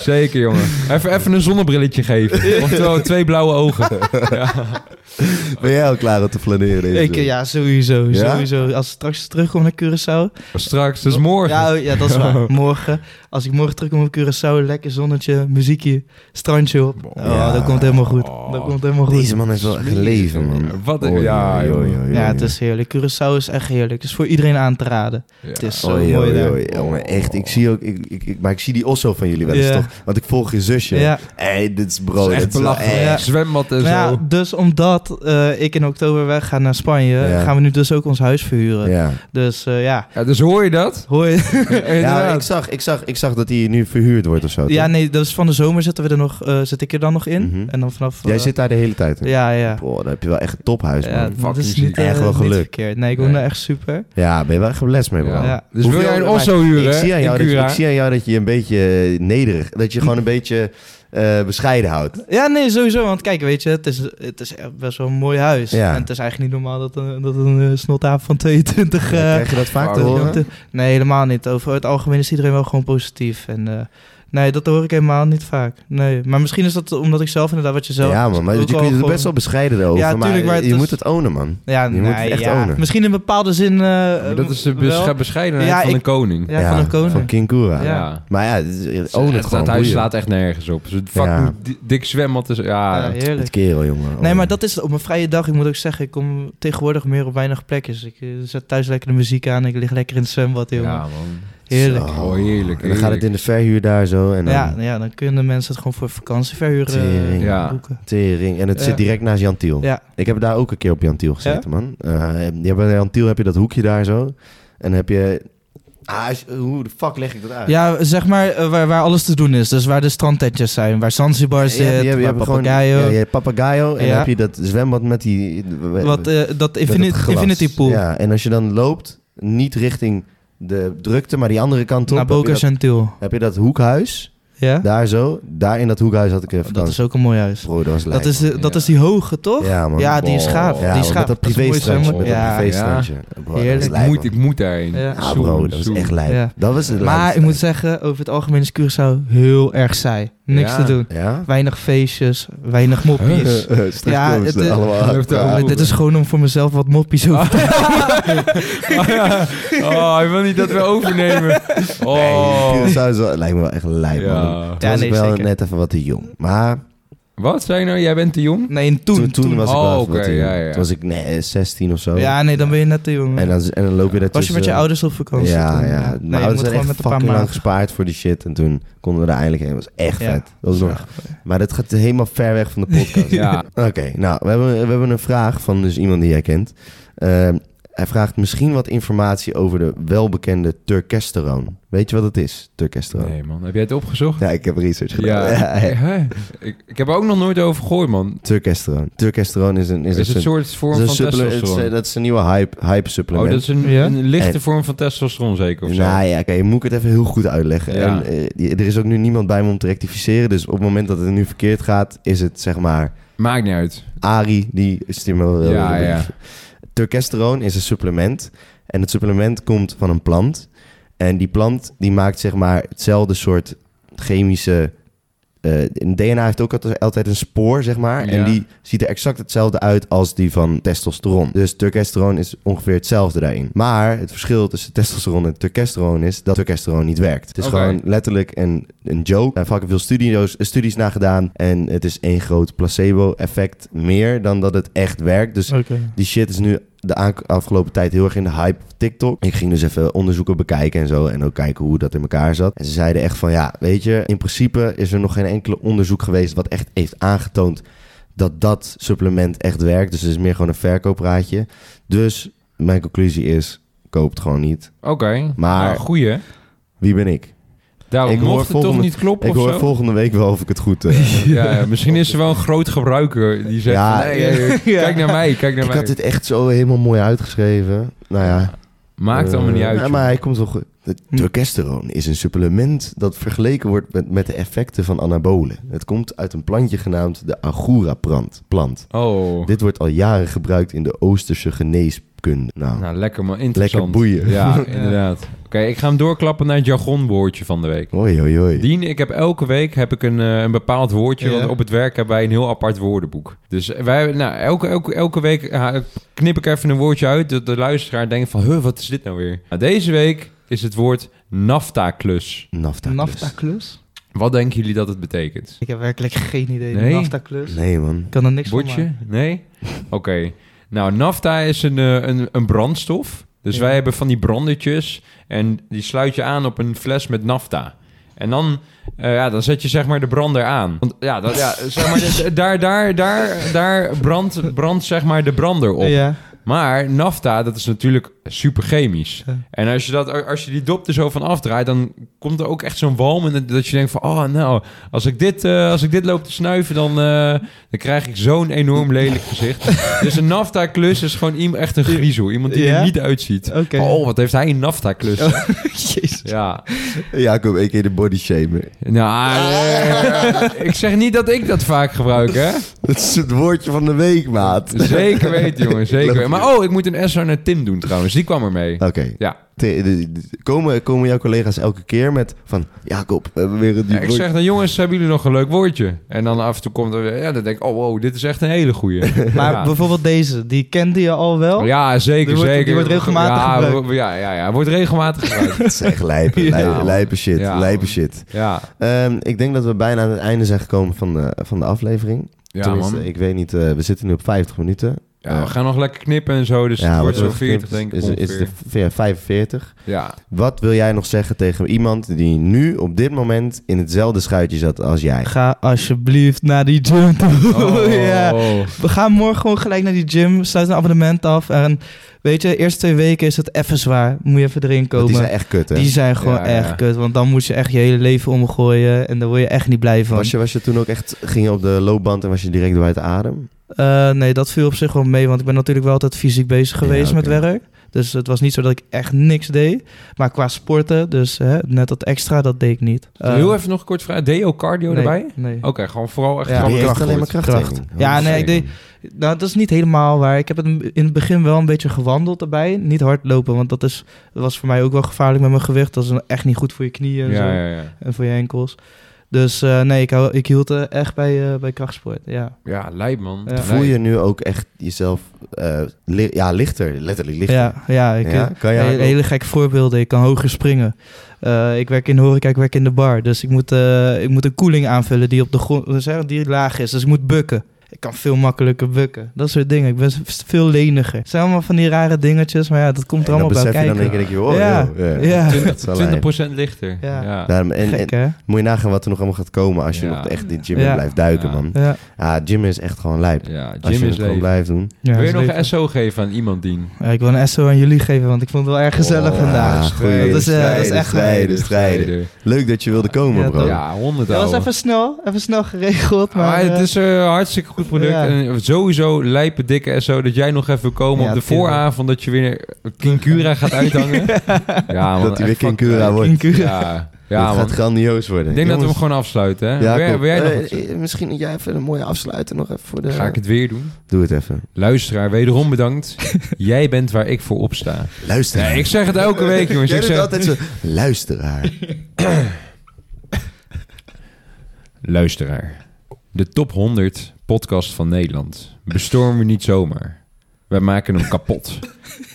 Zeker, jongen. Even, even een zonnebrilletje geven. Oftewel twee blauwe ogen.
Ben jij al klaar om te flaneren deze
Ik, eh,
week?
ja, sowieso,
Ja?
sowieso. Als ik straks terugkom naar Curaçao.
Straks, dus morgen.
Ja, oh, ja, dat is waar. Morgen. Als ik morgen terugkom op Curaçao, lekker zonnetje, muziekje, strandje op. Oh,
Ja.
dat komt helemaal goed.
Oh.
Dat komt helemaal goed.
Deze man heeft wel echt een leven, man.
Wat een-
Oei,
ja,
oei,
jongen.
oei, oei,
Ja,
oei.
het is heerlijk. Curaçao is echt heerlijk. Het is voor iedereen aan te raden.
Ja.
Het is zo
Oei,
mooi
oei,
daar.
oei. Jongen, echt. Ik zie ook... Ik, ik, ik- maar ik zie die osso van jullie wel eens,
Ja.
toch? Want ik volg je zusje.
Ja.
Hé, dit is
Het
bro.
is echt
dit is wel
belachelijk.
echt-
Ja.
Zwembad en zo.
Nou ja, dus omdat eh, ik in oktober wegga naar Spanje,
Ja.
gaan we nu dus ook ons huis verhuren.
Ja.
Dus eh, ja,
Ja, dus hoor je dat?
hoor je?
Ja, ik
Inderdaad.
zag, ik, zag, ik zag dat hij nu verhuurd wordt of zo.
ja,
toch?
nee, dus van de zomer zitten we er nog, eh, zit ik er dan nog in.
Mhm.
En dan vanaf...
Jij
eh,
zit daar de hele tijd in.
Ja, ja.
Boah, dan heb je wel echt een tophuis,
Ja,
man.
dat is
fucking
niet,
ziek.
eh,
Echt wel
niet
geluk.
verkeerd. Nee, ik
Nee.
woon daar echt super.
Ja, ben je wel echt geblest mee, bro.
Ja. Dus
Hoeveel-
wil jij een
maar
osso huren?
Ik zie, aan
in
jou dat je,
Cura?
ik zie aan jou dat je een beetje eh, nederig... Dat je gewoon een beetje eh, bescheiden houdt.
Ja, nee, sowieso. Want kijk, weet je, het is, het is echt best wel een mooi huis.
Ja.
En het is eigenlijk niet normaal dat een, dat een eh, snottaap van 22... eh,
Krijg je dat vaak te
Oh.
horen?
nee, helemaal niet. Over het algemeen is iedereen wel gewoon positief. En eh, nee, dat hoor ik helemaal niet vaak. Nee, maar misschien is dat omdat ik zelf inderdaad wat je zelf...
Ja, man. Maar je
ook
kunt
wel
je er
gewoon-
best wel bescheiden over.
Ja, tuurlijk,
maar
maar
je
het is-
moet het ownen, man.
Ja,
Je moet het
nee,
echt
ja.
ownen.
Misschien in bepaalde zin... eh,
Maar dat is de bes-
wel.
bescheidenheid
Ja,
van
ik-
een koning.
Ja, van een koning.
Van King Kura.
Ja.
Maar ja, het is- own het gewoon.
Dat huis
Oh, boeien.
slaat echt nergens op. Zo'n
Ja.
fucking di- dik zwembad is...
Ja,
Ja,
heerlijk.
Het kerel, jongen.
Nee,
Oh.
maar dat is op een vrije dag. Ik moet ook zeggen, ik kom tegenwoordig meer op weinig plekjes. Ik eh, zet thuis lekker de muziek aan. Ik lig lekker in het zwembad,
ja,
jongen.
man.
Heerlijk.
Zo.
Oh, heerlijk,
En dan gaat het
heerlijk.
in de verhuur daar zo. En dan
Ja, nou ja, dan kunnen mensen het gewoon voor vakantieverhuren eh,
Tering. Oh.
Ja.
boeken.
tering. En het
Ja.
zit direct naast Jantiel.
Ja,
Ik heb daar ook een keer op Jantiel gezeten, man. Eh, je hebt bij Jantiel heb je dat hoekje daar zo. En heb je... Ah, is- hoe de fuck leg ik dat uit?
ja zeg maar eh, waar, waar alles te doen is. Dus waar de strandtentjes zijn, waar Zanzibar zit,
Je hebt- je hebt- je
waar
hebt gewoon-
eh, Papagayo.
ja, je hebt Papagayo. En
Ja.
dan heb je dat zwembad met die...
Wat, eh, dat
met
infini-
dat glas.
Infinity Pool,
Ja, en als je dan loopt, niet richting de drukte, maar die andere kant op...
naar
heb je
Boca
dat-
Centil.
Heb je dat hoekhuis,
Ja? Oh,
daar zo. Daar in dat hoekhuis had ik even
dat
vakantie.
is ook een mooi huis.
Bro, dat was
Dat
lijp,
is, de-
man,
dat
ja.
is die hoge, toch?
Ja, man.
Ja, die is
Oh.
gaaf.
Ja,
die is
man,
gaaf.
Met dat
is een mooi
privéstrandje.
zwembad.
Met dat
Ja.
privéstrandje. Bro, dat is
Heerlijk.
Ik
lijp,
moet,
man.
ik moet daarheen.
Ja.
Ja,
Zoen,
bro, dat was
zoen.
echt lijp.
Ja.
Dat was een
Maar
lijp.
ik moet zeggen, over het algemeen is Curaçao heel erg saai. Niks
Ja.
te doen.
Ja?
Weinig feestjes, weinig moppies. Ja,
ja,
komen ze het, eh, allemaal
aan elkaar.
Dit is gewoon om voor mezelf wat moppies over te
Oh, ja. oh, hij wil niet dat we overnemen. Oh.
lijkt me wel echt lijp,
Ja.
man. Toen
Ja,
was
nee,
ik wel
zeker.
net even wat te jong. Maar
Wat zei je nou? Jij bent te jong?
Nee, en
toen,
toen.
toen, was ik
Oh,
wel even
oké,
wat te jong.
ja, ja.
Toen was ik nee, 16 of zo.
Ja, nee, dan ben je net te jong.
En, dan, en dan loop je daar
was je met je
tussen-
ouders op vakantie?
Ja,
toen?
ja.
eh, Nee, je
Mijn ouders
moet
zijn
gewoon
echt
met een paar
fucking lang
maanden.
gespaard voor die shit. En toen konden we er eindelijk heen. Dat was echt
Ja.
vet. Dat was nog... Maar dat gaat helemaal ver weg van de podcast.
Ja.
Oké, nou, we hebben, we hebben een vraag van dus iemand die jij kent. Ehm, hij vraagt misschien wat informatie over de welbekende turkesteroon. Weet je wat het is, turkesteroon?
Nee, man. Heb jij het opgezocht?
Ja, ik heb research gedaan.
Ja.
Ja.
Hè? Ik, ik heb er ook nog nooit over gegooid, man.
Turkesteroon. Turkesteroon is een... Is,
Is, het
een
een soort
is
vorm
een
van
supple- het is-
testosteron?
Dat is een nieuwe hype, hype supplement.
Oh, dat is een,
Ja?
een lichte
En-
vorm van testosteron zeker of zo?
Nou ja, kijk, moet ik het even heel goed uitleggen.
Ja.
En, eh, je- er is ook nu niemand bij me om te rectificeren. Dus op het moment dat het nu verkeerd gaat, is het zeg maar
Maakt niet uit.
Ari die stimuleert.
Ja, ja.
Turkesteroon is een supplement. En het supplement komt van een plant. En die plant die maakt zeg maar hetzelfde soort chemische... eh, een DNA heeft ook altijd- altijd een spoor, zeg maar. En
Ja.
die ziet er exact hetzelfde uit als die van testosteron. Dus turkesteroon is ongeveer hetzelfde daarin. Maar het verschil tussen testosteron en turkesteroon is dat turkesteroon niet werkt. Het is
Oké.
gewoon letterlijk een, een joke. Daar hebben veel studio's, studies naar gedaan. En het is één groot placebo-effect meer dan dat het echt werkt. Dus
Oké.
die shit is nu de aank- afgelopen tijd heel erg in de hype op TikTok. Ik ging dus even onderzoeken bekijken en zo. En ook kijken hoe dat in elkaar zat. En ze zeiden echt van ja, weet je, in principe is er nog geen enkele onderzoek geweest wat echt heeft aangetoond dat dat supplement echt werkt. Dus het is meer gewoon een verkoopraadje. Dus mijn conclusie is, koop het gewoon niet.
Oké.
Maar-
Nou, goeie.
Wie ben ik?
Daarom
Ik hoor
mocht het toch
volgende-
niet kloppen
Ik
of
hoor
zo?
volgende week wel of ik het goed eh, heb.
Ja, ja, misschien is er wel een groot gebruiker die zegt...
Ja.
van, "Nee, hey, hey,
Ja.
Kijk naar mij, kijk naar
ik
mij.
had dit echt zo helemaal mooi uitgeschreven. Nou ja.
Maakt
eh,
allemaal niet uit.
ja,
joh.
maar hij komt wel goed. Het Turkesteron is een supplement dat vergeleken wordt met, met de effecten van anabolen. Het komt uit een plantje genaamd de agora-plant. Plant.
Oh,
Dit wordt al jaren gebruikt in de Oosterse geneeskunde. Nou,
nou lekker man, interessant.
Lekker boeien.
Ja,
Ja.
inderdaad. Oké, ik ga hem doorklappen naar het jargonwoordje van de week.
hoi hoi hoi.
Dien, ik heb elke week heb ik een, eh, een bepaald woordje.
Ja.
Want op het werk hebben wij een heel apart woordenboek. Dus wij, nou, elke, elke, elke week eh, knip ik even een woordje uit. Dat de luisteraar denkt van, huh, wat is dit nou weer? Nou, deze week is het woord nafta-klus.
Nafta.
Nafta-klus?
Wat denken jullie dat het betekent?
Ik heb werkelijk geen idee.
Nee?
Nafta-klus?
Nee man.
Ik kan er niks van
Botje?
maken.
Nee? Oké. Nou, nafta is een, eh, een, een brandstof. Dus
Ja.
wij hebben van die brandertjes en die sluit je aan op een fles met nafta. En dan, eh, ja, dan zet je zeg maar de brander aan. Want ja, dat, ja zeg maar, dus, eh, daar, daar, daar, daar brandt brandt zeg maar de brander op.
Ja.
Maar nafta, dat is natuurlijk super chemisch.
Ja.
En als je, dat, als je die dop er zo van afdraait, dan komt er ook echt zo'n walm. En dat je denkt van, oh nou, als ik dit, eh, als ik dit loop te snuiven, dan, eh, dan krijg ik zo'n enorm lelijk gezicht. dus een nafta-klus is gewoon iem- echt een griezel. Iemand die
Ja?
er niet uitziet.
Oké. Oh.
Oh, wat heeft hij een nafta-klus.
Jezus.
Ja.
Jacob, ik de body shamer.
Nou, eh, ik zeg niet dat ik dat vaak gebruik, hè.
Dat is het woordje van de week, maat.
Zeker weten, jongen. Zeker
Love
weten. Maar oh, ik moet een SR naar Tim doen trouwens. Die kwam er mee.
Oké.
Ja.
Te- de- de- Komen, komen jouw collega's elke keer met van... Jacob, we hebben weer een
Ja,
nieuw
ik
woord.
zeg dan, jongens, hebben jullie nog een leuk woordje? En dan af en toe komt er, ja, dan denk ik, oh wow, dit is echt een hele goeie.
Maar
ja.
bijvoorbeeld deze, die kende je al wel.
Ja, zeker,
Die wordt- die
zeker.
wordt regelmatig
ja,
gebruikt.
wo- Ja, ja, ja, wordt regelmatig gebruikt.
Het Oh, is echt lijpen,
Ja,
lij-
man.
lijpe shit,
Ja,
lijpe
man.
shit.
ja,
Ehm, ik denk dat we bijna aan het einde zijn gekomen van de, van de aflevering.
ja
Tenminste,
man.
Ik weet niet, eh, we zitten nu op 50 minuten.
Ja, we gaan nog lekker knippen en zo, dus het wordt zo
wat we
40, denk
geknipt
ik
Is, is de
ongeveer.
v- 45.
Ja,
Wat wil jij nog zeggen tegen iemand die nu op dit moment in hetzelfde schuitje zat als jij?
Ga alsjeblieft naar die gym toe.
oh,
ja. We gaan morgen gewoon gelijk naar die gym. Sluit een abonnement af. En weet je, de eerste twee weken is het even zwaar. Moet je even erin
Want
komen.
Die zijn echt kut, hè?
Die zijn gewoon
Ja, ja.
echt kut. Want dan moet je echt je hele leven omgooien. En daar word je echt niet blij van.
Was je, was je toen ook echt, ging je op de loopband en was je direct buiten adem?
Eh, nee, dat viel op zich wel mee. Want ik ben natuurlijk wel altijd fysiek bezig geweest
Ja, oké.
met werk. Dus het was niet zo dat ik echt niks deed. Maar qua sporten, dus hè, net dat extra, dat deed ik niet. Eh,
Heel even nog kort vragen, deo cardio
nee,
erbij?
Nee.
Oké, gewoon vooral echt
Ja.
Die
gewoon
heeft
kracht.
alleen maar Oh,
goed.
kracht.
Ja, nee, ik deed- Nou, dat is niet helemaal waar. Ik heb het in het begin wel een beetje gewandeld erbij. Niet hardlopen, want dat is, dat was voor mij ook wel gevaarlijk met mijn gewicht. Dat is echt niet goed voor je knieën en, zo,
Ja, ja, ja.
en voor je enkels. Dus eh, nee, ik, hou- ik hield eh, echt bij, eh, bij krachtsport. Ja.
Ja, lijp man.
Ja.
Voel
Lijp.
je nu ook echt jezelf eh, li- ja, lichter, letterlijk lichter?
Ja, ja, ik,
Ja? Kan je
Hele,
hardlopen?
hele gekke voorbeelden. Ik kan hoger springen. Eh, ik werk in de horeca, ik werk in de bar. Dus ik moet, eh, ik moet een koeling aanvullen die op de grond, dus, hè, die laag is. Dus ik moet bukken. Ik kan veel makkelijker bukken. Dat soort dingen. Ik ben s- veel leniger. Het zijn allemaal van die rare dingetjes. Maar ja, dat komt er
En dan
allemaal
besef
bij
je
kijken.
dan een keer dat je, oh,
Ja.
joh, ja.
Ja.
Dat is wel lijp.
20% lichter.
Ja.
Ja.
Daarom- en, en
Gek, hè?
moet je nagaan wat er nog allemaal gaat komen als je
Ja.
nog echt in gym
Ja.
blijft duiken,
Ja.
man.
Ja.
Ja, gym is echt gewoon lijp.
Ja,
Als
Jim
je
is
het gewoon
leeg.
blijft doen.
Wil
Ja,
je
dat is
nog een
leuk.
SO geven aan iemand, Dien?
Ja, ik wil een SO aan jullie geven, want ik vond het wel erg gezellig
Oh,
vandaag.
ja, goeie.
Dat is, eh, dat is
Strijden,
echt-
strijden, strijden. Leuk dat je wilde komen,
Ja,
bro.
toch?
Ja, 100
Dat was
ouwe.
even snel, even snel geregeld.
Ah,
Maar,
Maar
eh,
Ah, het is een hartstikke goed product.
Ja.
En eh, sowieso lijpe dikke SO dat jij nog even wil komen
Ja,
op de
tuurlijk.
vooravond dat je weer Kinkura gaat uithangen. ja, man,
dat hij weer
echt fuck-
Kinkura wordt.
in Cura.
Ja, ja
dat
man.
gaat grandioos worden.
Ik denk dat we hem
Jongens,
gewoon afsluiten. Hè? wil, jij-
Jacob,
wil jij nog
eh,
wat zeggen?
eh, Misschien dat jij even een mooie afsluiter nog even voor de...
Ga ik het weer doen?
Doe het even.
Luisteraar, wederom bedankt. jij bent waar ik voor opsta.
Luister.
Nee, ik zeg het elke week, jongens.
Jij
Ik
doet
zeg,
altijd zo... Luisteraar.
Luisteraar, de top 100 podcast van Nederland bestormen we niet zomaar. Wij maken hem kapot.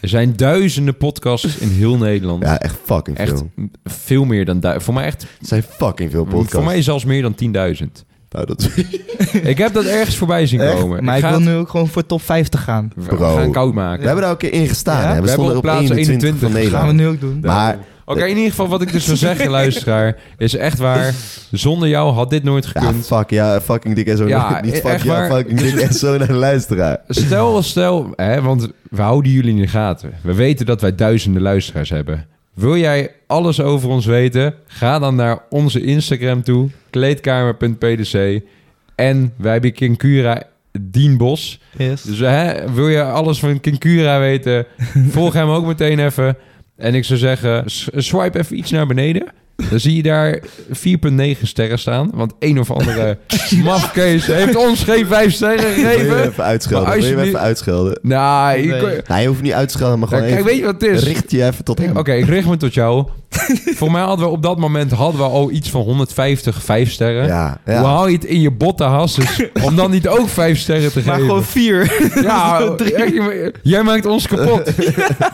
Er zijn duizenden podcasts in heel Nederland.
Ja, echt fucking
echt
veel.
veel meer dan duizend. Voor mij echt,
Het zijn fucking veel podcasts.
voor mij zelfs meer dan 10.000.
Nou, dat...
Ik heb dat ergens voorbij zien
Echt?
komen.
maar ik,
ga
wil
het-
nu ook gewoon voor top 50 gaan.
we
Bro.
gaan koud maken.
We hebben daar ook een keer in gestaan.
Ja?
Hè? We,
We
stonden op
hebben op plaats
21 van
21
Dat gaan we
Nederland.
nu ook doen.
Maar
Oké, in ieder geval wat ik dus wil zeggen, luisteraar, is echt waar. Zonder jou had dit nooit
Ja,
gekund.
fuck ja, fucking dik en zo.
Ja, e-
niet fuck
echt
ja,
waar.
fucking dik en zo naar de luisteraar.
Stel, stel, hè, want we houden jullie in de gaten. We weten dat wij duizenden luisteraars hebben. Wil jij alles over ons weten? Ga dan naar onze Instagram toe, kleedkamer.pdc. En wij hebben Kinkura Dien Bos.
Yes.
Dus hè, wil je alles van Kinkura weten? Volg hem ook meteen even. En ik zou zeggen, s- swipe even iets naar beneden. Dan zie je daar 4,9 sterren staan. Want een of andere mafkees heeft ons geen 5 sterren
Wil je hem
gegeven.
even uitschelden?
Maar
Wil
als
je
je
hem
nu-
even uitschelden?
Nou, je
Nee.
kon-
Hij hoeft niet uit te schelden, maar gewoon
kijk,
even...
weet je wat het is?
Richt je even tot hem.
Oké, ik richt me tot jou. Voor mij hadden we op dat moment hadden we al iets van 150 vijf sterren.
Ja, ja.
Hoe haal je het in je botte hasses om dan niet ook vijf sterren te
Maar
geven?
gewoon vier.
ja, echt, je- jij maakt ons kapot.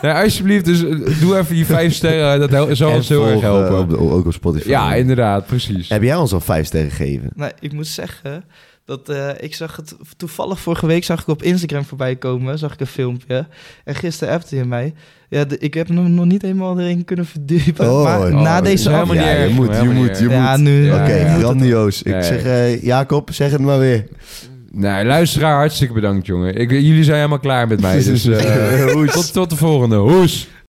Nee, alsjeblieft, dus eh, doe even die vijf sterren. Dat hel- zou
En
ons heel erg
volg, eh,
helpen.
op de- ook op Spotify.
ja, inderdaad, precies.
Heb jij ons al vijf sterren gegeven?
Nou, ik moet zeggen dat eh, ik zag het toevallig vorige week zag ik op Instagram voorbij komen, zag ik een filmpje. En gisteren appte hij mij. Ja, de- ik heb hem nog niet helemaal erin kunnen verdiepen.
Oh,
maar
oh,
na
is
deze
helemaal
aflevering.
ja,
niet
je
erg,
moet, je
helemaal
moet,
niet erg.
je moet.
Ja, nu.
Ja,
Oké,
ja.
grandioos. Ik
Nee.
zeg, eh, Jacob, zeg het maar weer.
Nou, luisteraar, hartstikke bedankt, jongen. Ik, jullie zijn helemaal klaar met mij. Dus, eh,
Hoes.
tot, tot de volgende. Hoes!